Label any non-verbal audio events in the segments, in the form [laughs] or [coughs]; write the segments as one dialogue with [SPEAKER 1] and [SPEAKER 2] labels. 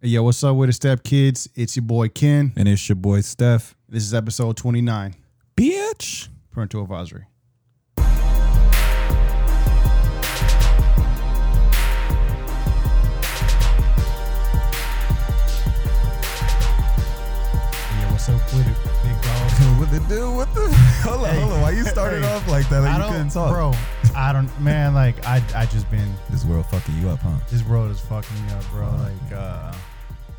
[SPEAKER 1] Hey, yo, what's up with the step kids? It's your boy Ken.
[SPEAKER 2] And it's your boy Steph.
[SPEAKER 1] This is episode 29,
[SPEAKER 2] Bitch.
[SPEAKER 1] Parental Advisory. Hey, yo, what's up with it, big dog?
[SPEAKER 2] What the dude? What the? Hold on,
[SPEAKER 1] Hey.
[SPEAKER 2] hold on. Why you started
[SPEAKER 1] Hey.
[SPEAKER 2] off like that? Like
[SPEAKER 1] I
[SPEAKER 2] [laughs] you
[SPEAKER 1] don't,
[SPEAKER 2] couldn't talk.
[SPEAKER 1] bro. I don't, man. Like, I, I just been
[SPEAKER 2] This world fucking you up, huh?
[SPEAKER 1] this world is fucking me up, bro.
[SPEAKER 2] Oh,
[SPEAKER 1] Like, uh,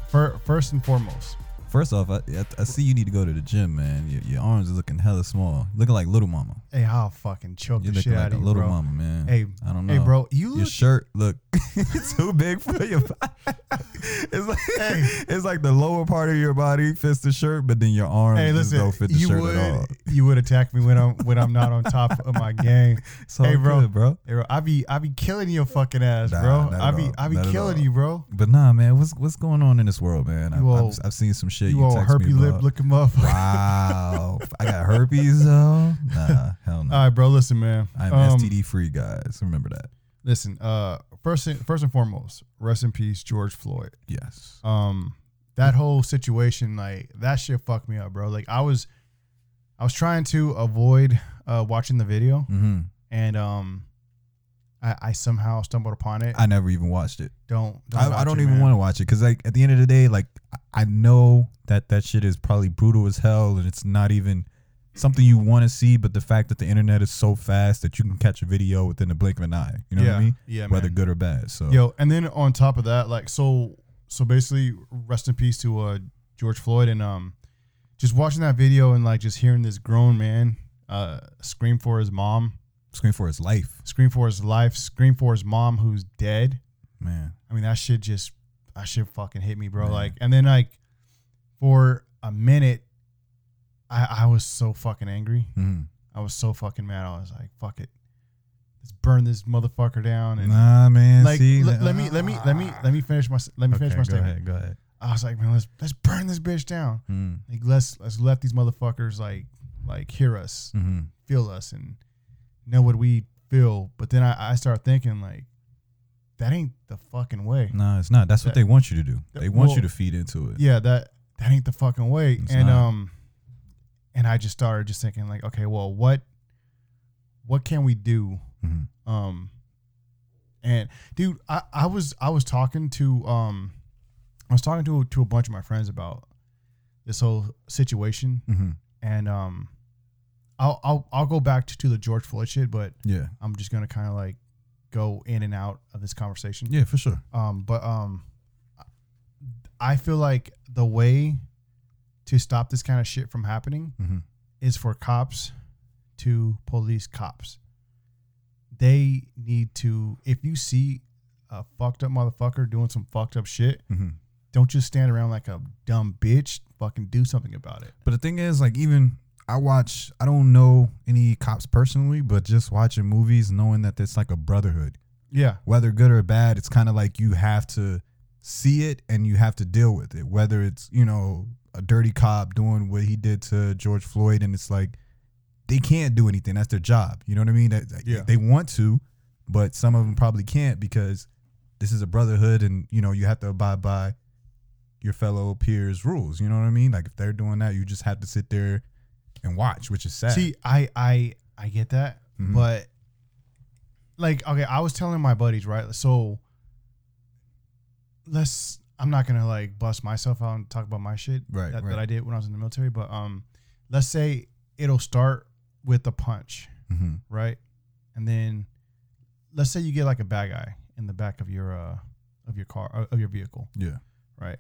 [SPEAKER 1] fir- first and foremost,
[SPEAKER 2] First off, I, I, I see you need to go to the gym, man. Your, your arms are looking hella small. Looking like little mama.
[SPEAKER 1] hey, I'll fucking choke
[SPEAKER 2] You're
[SPEAKER 1] the
[SPEAKER 2] looking
[SPEAKER 1] shit
[SPEAKER 2] like
[SPEAKER 1] out
[SPEAKER 2] a
[SPEAKER 1] of you,
[SPEAKER 2] little
[SPEAKER 1] bro.
[SPEAKER 2] mama, man.
[SPEAKER 1] Hey,
[SPEAKER 2] I don't know.
[SPEAKER 1] hey, bro, you
[SPEAKER 2] Your
[SPEAKER 1] look
[SPEAKER 2] shirt look [laughs] too big for your body. [laughs] It's like
[SPEAKER 1] Hey.
[SPEAKER 2] it's like the lower part of your body fits the shirt, but then your arms
[SPEAKER 1] Hey,
[SPEAKER 2] just
[SPEAKER 1] listen,
[SPEAKER 2] don't fit the
[SPEAKER 1] you
[SPEAKER 2] shirt
[SPEAKER 1] would
[SPEAKER 2] at all.
[SPEAKER 1] you would attack me when I'm when I'm not on top of
[SPEAKER 2] [laughs]
[SPEAKER 1] my game.
[SPEAKER 2] So
[SPEAKER 1] Hey, bro.
[SPEAKER 2] good, bro.
[SPEAKER 1] Hey, bro, I be I be killing your fucking ass,
[SPEAKER 2] Nah,
[SPEAKER 1] bro.
[SPEAKER 2] not
[SPEAKER 1] I
[SPEAKER 2] at
[SPEAKER 1] be
[SPEAKER 2] all.
[SPEAKER 1] I be
[SPEAKER 2] Not at
[SPEAKER 1] killing
[SPEAKER 2] all.
[SPEAKER 1] you, bro.
[SPEAKER 2] But nah, man, what's what's going on in this world, man? I,
[SPEAKER 1] You
[SPEAKER 2] I've,
[SPEAKER 1] old-
[SPEAKER 2] I've seen some shit.
[SPEAKER 1] You
[SPEAKER 2] You,
[SPEAKER 1] old
[SPEAKER 2] text me
[SPEAKER 1] herpy
[SPEAKER 2] about.
[SPEAKER 1] lip looking motherfucker.
[SPEAKER 2] [laughs] Wow, I got herpes though. Nah,
[SPEAKER 1] [laughs]
[SPEAKER 2] hell no.
[SPEAKER 1] All right, bro. Listen, man.
[SPEAKER 2] I'm
[SPEAKER 1] Uh, Um,
[SPEAKER 2] STD free, guys. Remember that.
[SPEAKER 1] Listen, uh, first and, first and foremost, rest in peace, George Floyd.
[SPEAKER 2] Yes.
[SPEAKER 1] um that whole situation like that shit fucked me up bro like i was i was trying to avoid uh watching the video
[SPEAKER 2] Mm-hmm.
[SPEAKER 1] and um i i somehow stumbled upon it
[SPEAKER 2] I never even watched it.
[SPEAKER 1] don't, don't
[SPEAKER 2] I, I don't even want to watch it because, like, at the end of the day, like, I- I know that that shit is probably brutal as hell, and it's not even something you want to see. But the fact that the internet is so fast that you can catch a video within the blink of an eye, you know
[SPEAKER 1] yeah
[SPEAKER 2] what I mean?
[SPEAKER 1] yeah
[SPEAKER 2] Whether
[SPEAKER 1] man.
[SPEAKER 2] good or bad. So
[SPEAKER 1] yo and then on top of that like so so basically rest in peace to uh george floyd and um just watching that video and like just hearing this grown man uh scream for his mom
[SPEAKER 2] screen for his life,
[SPEAKER 1] scream for his life scream for his mom who's dead
[SPEAKER 2] man.
[SPEAKER 1] I mean, that shit just, that shit fucking hit me, bro.
[SPEAKER 2] Man.
[SPEAKER 1] Like, and then like, for a minute, I I was so fucking angry.
[SPEAKER 2] Mhm.
[SPEAKER 1] I was so fucking mad. I was like, fuck it, let's burn this motherfucker down. And
[SPEAKER 2] Nah, man.
[SPEAKER 1] like,
[SPEAKER 2] see,
[SPEAKER 1] le- let me let me let me let me finish my let me finish my
[SPEAKER 2] go
[SPEAKER 1] statement.
[SPEAKER 2] ahead. Go ahead.
[SPEAKER 1] I was like, man, let's let's burn this bitch down.
[SPEAKER 2] Mm,
[SPEAKER 1] Like, let's let's let these motherfuckers like like hear us,
[SPEAKER 2] hmm
[SPEAKER 1] feel us, and know what we feel. But then I I start thinking like, that ain't the fucking way.
[SPEAKER 2] Nah, it's not. That's what
[SPEAKER 1] That-
[SPEAKER 2] they want you to do.
[SPEAKER 1] that-
[SPEAKER 2] They want
[SPEAKER 1] well,
[SPEAKER 2] you to feed into it.
[SPEAKER 1] yeah, that that ain't the fucking way.
[SPEAKER 2] It's
[SPEAKER 1] and
[SPEAKER 2] not.
[SPEAKER 1] um, and I just started just thinking like, okay, well, what what can we do?
[SPEAKER 2] Mhm.
[SPEAKER 1] Um, and dude, I I was I was talking to um, I was talking to to a bunch of my friends about this whole situation,
[SPEAKER 2] Mhm.
[SPEAKER 1] and um, I'll I'll I'll go back to, to the George Floyd shit, but
[SPEAKER 2] Yeah.
[SPEAKER 1] I'm just gonna kind of like go in and out of this conversation.
[SPEAKER 2] Yeah, for sure.
[SPEAKER 1] Um, but um, I feel like the way to stop this kind of shit from happening
[SPEAKER 2] Mhm.
[SPEAKER 1] is for cops to police cops. They need to. If you see a fucked up motherfucker doing some fucked up shit,
[SPEAKER 2] Mhm.
[SPEAKER 1] don't just stand around like a dumb bitch. Fucking do something about it.
[SPEAKER 2] But the thing is, like, even I watch, I don't know any cops personally, but just watching movies, knowing that it's like a brotherhood,
[SPEAKER 1] Yeah,
[SPEAKER 2] whether good or bad, it's kind of like you have to see it and you have to deal with it. Whether it's, you know, a dirty cop doing what he did to George Floyd, and it's like they can't do anything. That's their job. You know what I mean? That, that-
[SPEAKER 1] Yeah.
[SPEAKER 2] They want to, but some of them probably can't because this is a brotherhood and, you know, you have to abide by your fellow peers' rules. You know what I mean? Like if they're doing that, you just have to sit there and watch, which is sad.
[SPEAKER 1] See, I I I get that,
[SPEAKER 2] Mhm.
[SPEAKER 1] but like okay, I was telling my buddies, right? So let's I'm not going to like bust myself out and talk about my shit
[SPEAKER 2] Right,
[SPEAKER 1] that,
[SPEAKER 2] right.
[SPEAKER 1] that I did when I was in the military, but um let's say it'll start with a punch,
[SPEAKER 2] hmm
[SPEAKER 1] right? And then let's say you get like a bad guy in the back of your uh of your car uh, of your vehicle,
[SPEAKER 2] Yeah.
[SPEAKER 1] right?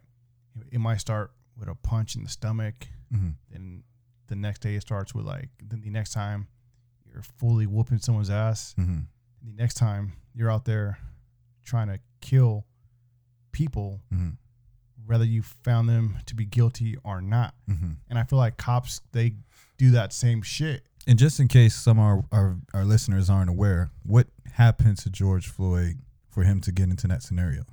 [SPEAKER 1] It might start with a punch in the stomach,
[SPEAKER 2] hmm
[SPEAKER 1] then the next day it starts with like then the next time you're fully whooping someone's ass
[SPEAKER 2] hmm
[SPEAKER 1] the next time you're out there trying to kill people
[SPEAKER 2] hmm
[SPEAKER 1] whether you found them to be guilty or not
[SPEAKER 2] hmm
[SPEAKER 1] and i feel like cops they do that same shit
[SPEAKER 2] And just in case some of our, our, our listeners aren't aware, what happened to George Floyd for him to get into that scenario?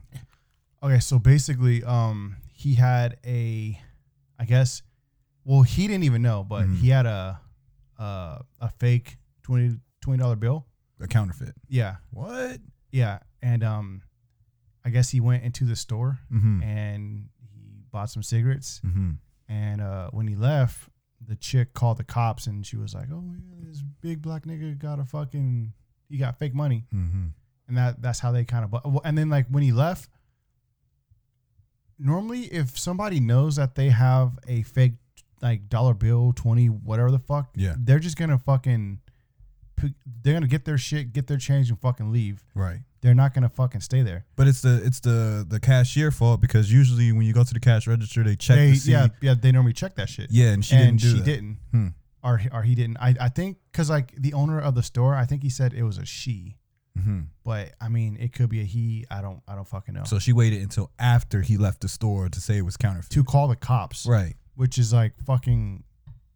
[SPEAKER 1] okay so basically um he had a i guess well he didn't even know but
[SPEAKER 2] Mhm.
[SPEAKER 1] he had a uh, a fake 20 $20 bill
[SPEAKER 2] A counterfeit.
[SPEAKER 1] yeah
[SPEAKER 2] What?
[SPEAKER 1] Yeah, and um, I guess he went into the store
[SPEAKER 2] Mm-hmm.
[SPEAKER 1] and he bought some cigarettes.
[SPEAKER 2] Mm-hmm.
[SPEAKER 1] And uh, when he left, the chick called the cops and she was like, "Oh yeah, this big black nigga got a fucking he got fake money."
[SPEAKER 2] Mm-hmm.
[SPEAKER 1] and that that's how they kind of. bu- well, And then like when he left, normally if somebody knows that they have a fake like dollar bill, twenty, whatever the fuck,
[SPEAKER 2] Yeah.
[SPEAKER 1] they're just gonna fucking, p- they're gonna get their shit, get their change, and fucking leave.
[SPEAKER 2] Right.
[SPEAKER 1] They're not gonna fucking stay there.
[SPEAKER 2] But it's the it's the the cashier fault because usually when you go to the cash register they check
[SPEAKER 1] They,
[SPEAKER 2] to see
[SPEAKER 1] yeah, yeah, they normally check that shit.
[SPEAKER 2] yeah and she
[SPEAKER 1] and
[SPEAKER 2] didn't do
[SPEAKER 1] she
[SPEAKER 2] that.
[SPEAKER 1] didn't,
[SPEAKER 2] Hmm.
[SPEAKER 1] or he- or he didn't. I I think because like the owner of the store, I think he said it was a she,
[SPEAKER 2] Mm-hmm.
[SPEAKER 1] but I mean it could be a he. I don't I don't fucking know.
[SPEAKER 2] So she waited until after he left the store to say it was counterfeit.
[SPEAKER 1] to call the cops,
[SPEAKER 2] Right.
[SPEAKER 1] which is like fucking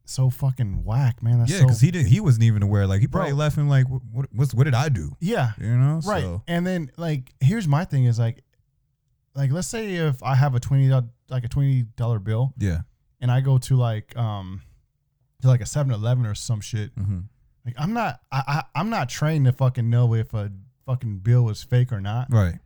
[SPEAKER 1] so fucking whack, man. That's
[SPEAKER 2] Yeah,
[SPEAKER 1] so,
[SPEAKER 2] because he didn't. He wasn't even aware. Like he probably
[SPEAKER 1] Bro.
[SPEAKER 2] left him. Like what? What, what's, what did I do?
[SPEAKER 1] yeah,
[SPEAKER 2] You know.
[SPEAKER 1] right.
[SPEAKER 2] So,
[SPEAKER 1] And then like, here's my thing is like, like let's say if I have a twenty doll- like a twenty dollar bill
[SPEAKER 2] yeah.
[SPEAKER 1] and I go to like um to like a 7-Eleven or some shit,
[SPEAKER 2] Mm-hmm.
[SPEAKER 1] like I'm not I, I I'm not trained to fucking know if a fucking bill is fake or not.
[SPEAKER 2] Right.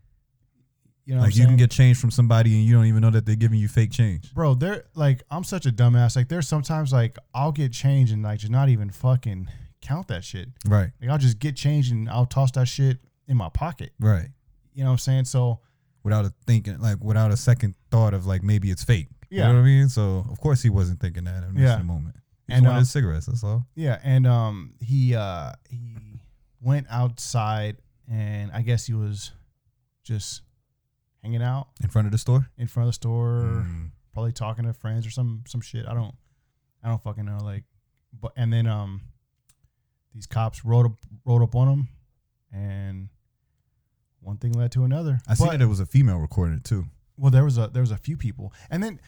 [SPEAKER 1] You know, what
[SPEAKER 2] like
[SPEAKER 1] I'm
[SPEAKER 2] you can
[SPEAKER 1] saying?
[SPEAKER 2] get change from somebody and you don't even know that they're giving you fake change.
[SPEAKER 1] Bro, they're like I'm such a dumbass. Like there's sometimes like I'll get change and like just not even fucking count that shit.
[SPEAKER 2] Right.
[SPEAKER 1] Like I'll just get change and I'll toss that shit in my pocket.
[SPEAKER 2] Right.
[SPEAKER 1] You know what I'm saying? So
[SPEAKER 2] Without a thinking, like without a second thought of like maybe it's fake.
[SPEAKER 1] Yeah.
[SPEAKER 2] You know what I mean? So of course he wasn't thinking that in
[SPEAKER 1] Yeah.
[SPEAKER 2] the moment. He
[SPEAKER 1] And,
[SPEAKER 2] just wanted
[SPEAKER 1] uh,
[SPEAKER 2] his cigarettes. That's all.
[SPEAKER 1] yeah, and um he uh he went outside and I guess he was just hanging out
[SPEAKER 2] In front of the store.
[SPEAKER 1] in front of the store,
[SPEAKER 2] Mm.
[SPEAKER 1] probably talking to friends or some some shit. I don't I don't fucking know like but and then um these cops rolled up rolled up on him and one thing led to another.
[SPEAKER 2] I see
[SPEAKER 1] But-
[SPEAKER 2] that it was a female recording it too.
[SPEAKER 1] Well, there was a there was a few people, and then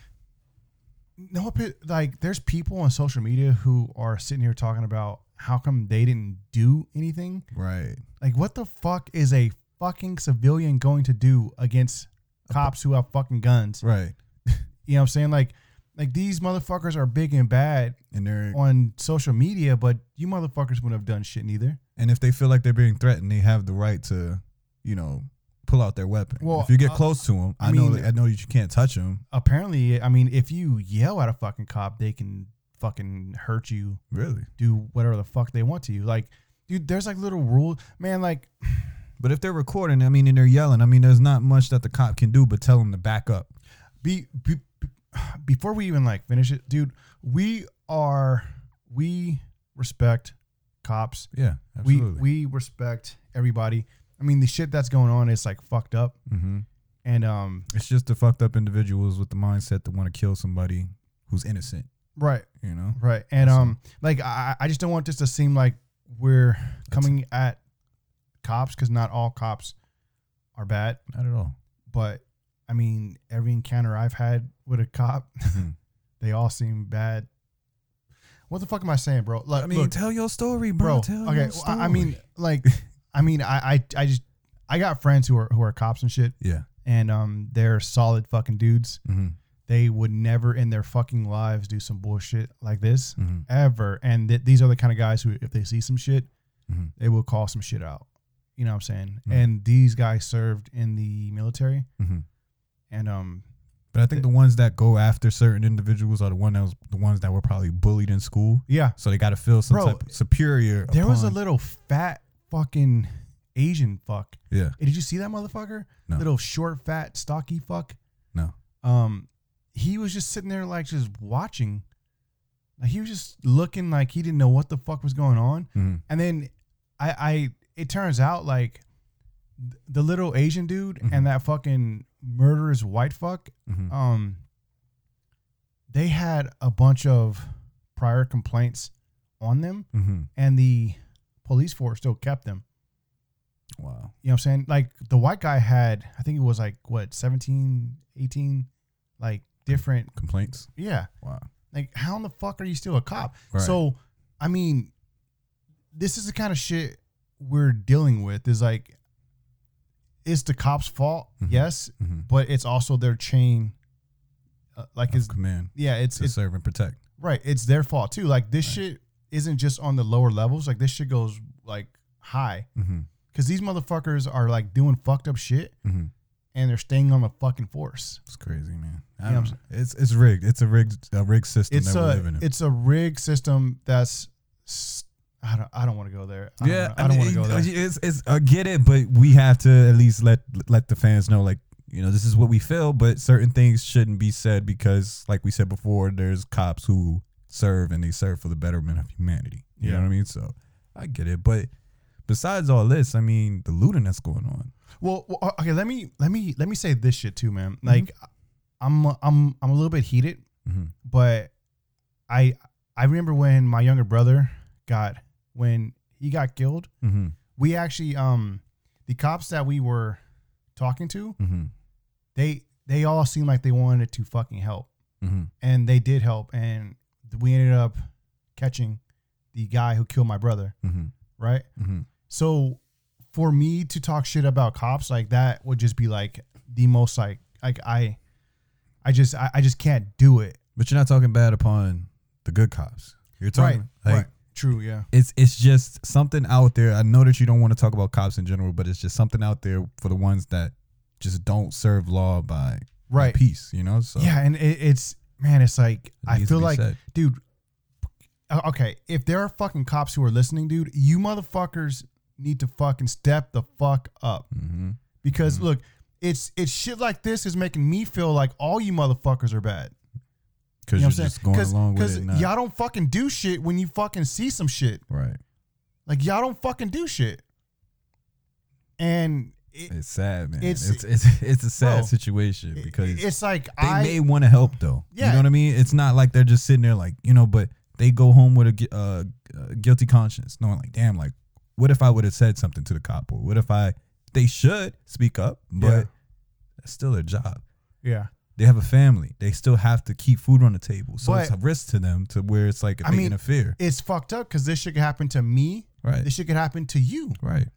[SPEAKER 1] no, pe- like there's people on social media who are sitting here talking about how come they didn't do anything.
[SPEAKER 2] Right.
[SPEAKER 1] Like, what the fuck is a fucking civilian going to do against cops who have fucking guns?
[SPEAKER 2] Right.
[SPEAKER 1] You know what I'm saying? Like, like these motherfuckers are big and bad
[SPEAKER 2] And they're
[SPEAKER 1] on social media, but you motherfuckers wouldn't have done shit neither.
[SPEAKER 2] and if they feel like they're being threatened, they have the right to, you know, pull out their weapon.
[SPEAKER 1] Well,
[SPEAKER 2] if you get
[SPEAKER 1] uh,
[SPEAKER 2] close to them, I,
[SPEAKER 1] I
[SPEAKER 2] know
[SPEAKER 1] mean-
[SPEAKER 2] that, I know that you can't touch them.
[SPEAKER 1] Apparently, I mean, if you yell at a fucking cop, they can fucking hurt you
[SPEAKER 2] Really?
[SPEAKER 1] do whatever the fuck they want to you. Like, dude, there's like little rules, man. Like,
[SPEAKER 2] But if they're recording, I mean, and they're yelling, I mean, there's not much that the cop can do but tell them to back up.
[SPEAKER 1] be, be, [sighs] be- before we even like finish it, dude, we are we respect cops.
[SPEAKER 2] Yeah, We,
[SPEAKER 1] We we respect everybody. I mean, the shit that's going on is like fucked up,
[SPEAKER 2] we, hmm
[SPEAKER 1] and um,
[SPEAKER 2] It's just the fucked up individuals with the mindset that want to kill somebody who's innocent,
[SPEAKER 1] right,
[SPEAKER 2] you know?
[SPEAKER 1] right, and
[SPEAKER 2] Awesome.
[SPEAKER 1] um, like I I just don't want this to seem like we're coming at cops because not all cops are bad,
[SPEAKER 2] Not at all.
[SPEAKER 1] but I mean, every encounter I've had with a cop [laughs]
[SPEAKER 2] Mhm.
[SPEAKER 1] They all seem bad. What the fuck am I saying, bro? Like,
[SPEAKER 2] [laughs] I mean,
[SPEAKER 1] look,
[SPEAKER 2] tell your story, bro.
[SPEAKER 1] bro.
[SPEAKER 2] Tell
[SPEAKER 1] okay,
[SPEAKER 2] your
[SPEAKER 1] well,
[SPEAKER 2] story.
[SPEAKER 1] I I mean, like, I mean, I, I, I just, I got friends who are who are cops and shit,
[SPEAKER 2] yeah.
[SPEAKER 1] and um, they're solid fucking dudes.
[SPEAKER 2] hmm
[SPEAKER 1] They would never in their fucking lives do some bullshit like this
[SPEAKER 2] hmm
[SPEAKER 1] ever. And th- these are the kind of guys who, if they see some shit,
[SPEAKER 2] Mhm.
[SPEAKER 1] they will call some shit out. You know what I'm saying?
[SPEAKER 2] Mhm.
[SPEAKER 1] And these guys served in the military,
[SPEAKER 2] hmm
[SPEAKER 1] and um,
[SPEAKER 2] But I think the ones that go after certain individuals are the one that was, the ones that were probably bullied in school.
[SPEAKER 1] yeah,
[SPEAKER 2] So they got to feel some
[SPEAKER 1] Bro,
[SPEAKER 2] type of superior.
[SPEAKER 1] there was a
[SPEAKER 2] upon-
[SPEAKER 1] little fat fucking Asian fuck
[SPEAKER 2] yeah.
[SPEAKER 1] Hey, Did you see that motherfucker?
[SPEAKER 2] No.
[SPEAKER 1] Little short, fat, stocky fuck.
[SPEAKER 2] No.
[SPEAKER 1] Um, he was just sitting there like just watching. Like he was just looking like he didn't know what the fuck was going on.
[SPEAKER 2] hmm
[SPEAKER 1] And then I, I, it turns out like th- the little Asian dude
[SPEAKER 2] Mhm.
[SPEAKER 1] and that fucking murderous white fuck,
[SPEAKER 2] hmm
[SPEAKER 1] um, they had a bunch of prior complaints on them,
[SPEAKER 2] hmm
[SPEAKER 1] and the police force still kept them.
[SPEAKER 2] Wow.
[SPEAKER 1] You know what I'm saying? Like the white guy had, I think it was like what 17, 18, like different.
[SPEAKER 2] Complaints.
[SPEAKER 1] Yeah.
[SPEAKER 2] Wow.
[SPEAKER 1] Like how in the fuck are you still a cop?
[SPEAKER 2] Right.
[SPEAKER 1] So, I mean, this is the kind of shit we're dealing with is like, it's the cop's fault.
[SPEAKER 2] Mhm.
[SPEAKER 1] Yes.
[SPEAKER 2] hmm
[SPEAKER 1] But it's also their chain. Uh, like it's,
[SPEAKER 2] command
[SPEAKER 1] yeah, it's,
[SPEAKER 2] to
[SPEAKER 1] it's
[SPEAKER 2] serve and protect.
[SPEAKER 1] right. It's their fault too. Like this shit isn't just on the lower levels. Like this shit goes like high
[SPEAKER 2] Mm-hmm.
[SPEAKER 1] because these motherfuckers are like doing fucked up shit.
[SPEAKER 2] Mm-hmm.
[SPEAKER 1] and they're staying on the fucking force.
[SPEAKER 2] It's crazy, man.
[SPEAKER 1] Yeah,
[SPEAKER 2] I
[SPEAKER 1] I'm
[SPEAKER 2] don't
[SPEAKER 1] s-
[SPEAKER 2] know. It's it's rigged. It's a rigged a rigged system
[SPEAKER 1] It's
[SPEAKER 2] that we're
[SPEAKER 1] a
[SPEAKER 2] living in.
[SPEAKER 1] it's a rig system that's s- I don't I don't want to go there. I
[SPEAKER 2] yeah,
[SPEAKER 1] don't, wanna- I don't want to
[SPEAKER 2] mean,
[SPEAKER 1] go there.
[SPEAKER 2] It's, it's I get it, but we have to at least let let the fans know, like you know, this is what we feel. But certain things shouldn't be said because, like we said before, there's cops who serve and they serve for the betterment of humanity. You
[SPEAKER 1] Yeah.
[SPEAKER 2] know what I mean? So I get it, but besides all this, I mean, the looting that's going on.
[SPEAKER 1] Well, well, o- okay. Let me let me let me say this shit too, man.
[SPEAKER 2] Mm-hmm.
[SPEAKER 1] Like, I'm I'm I'm a little bit heated,
[SPEAKER 2] Mhm.
[SPEAKER 1] but I I remember when my younger brother got when he got killed.
[SPEAKER 2] Mm-hmm.
[SPEAKER 1] We actually um the cops that we were talking to,
[SPEAKER 2] Mm-hmm.
[SPEAKER 1] they they all seemed like they wanted to fucking help,
[SPEAKER 2] Mm-hmm.
[SPEAKER 1] and they did help, and we ended up catching the guy who killed my brother,
[SPEAKER 2] Mm-hmm.
[SPEAKER 1] right?
[SPEAKER 2] Mm-hmm.
[SPEAKER 1] So for me to talk shit about cops like that would just be like the most like like I I just I, I just can't do it.
[SPEAKER 2] But you're not talking bad upon the good cops. You're talking like
[SPEAKER 1] right. True, yeah.
[SPEAKER 2] it's it's just something out there. I know that you don't want to talk about cops in general, but it's just something out there for the ones that just don't serve law by
[SPEAKER 1] Right.
[SPEAKER 2] peace. You know, so
[SPEAKER 1] Yeah, and it, it's man, it's like
[SPEAKER 2] it
[SPEAKER 1] I
[SPEAKER 2] needs to
[SPEAKER 1] feel
[SPEAKER 2] be
[SPEAKER 1] like
[SPEAKER 2] said.
[SPEAKER 1] dude o- okay, if there are fucking cops who are listening, dude, you motherfuckers need to fucking step the fuck up.
[SPEAKER 2] Mhm.
[SPEAKER 1] Because look, it's it's shit like this is making me feel like all you motherfuckers are bad.
[SPEAKER 2] Cause
[SPEAKER 1] you know what
[SPEAKER 2] are
[SPEAKER 1] I'm saying?
[SPEAKER 2] just going along with it,
[SPEAKER 1] Cause
[SPEAKER 2] and not,
[SPEAKER 1] y'all don't fucking do shit when you fucking see some shit.
[SPEAKER 2] right?
[SPEAKER 1] Like y'all don't fucking do shit. And it,
[SPEAKER 2] It's sad, man.
[SPEAKER 1] It's-
[SPEAKER 2] It's it's it's, a sad
[SPEAKER 1] Bro,
[SPEAKER 2] situation because
[SPEAKER 1] it- it's like
[SPEAKER 2] they
[SPEAKER 1] I
[SPEAKER 2] may want to help though.
[SPEAKER 1] Yeah.
[SPEAKER 2] you know what I mean. It's not like they're just sitting there like you know, but they go home with a gu- uh, uh, guilty conscience, knowing like, damn, like what if I would have said something to the cop, or what if I? They should speak up, but
[SPEAKER 1] Yeah.
[SPEAKER 2] that's still their job.
[SPEAKER 1] yeah.
[SPEAKER 2] They have a family. They still have to keep food on the table, so it's a
[SPEAKER 1] But-
[SPEAKER 2] risk to them to where it's like if
[SPEAKER 1] I
[SPEAKER 2] they
[SPEAKER 1] mean,
[SPEAKER 2] interfere,
[SPEAKER 1] It's fucked up because this shit could happen to me.
[SPEAKER 2] right?
[SPEAKER 1] This shit could happen to you.
[SPEAKER 2] Right.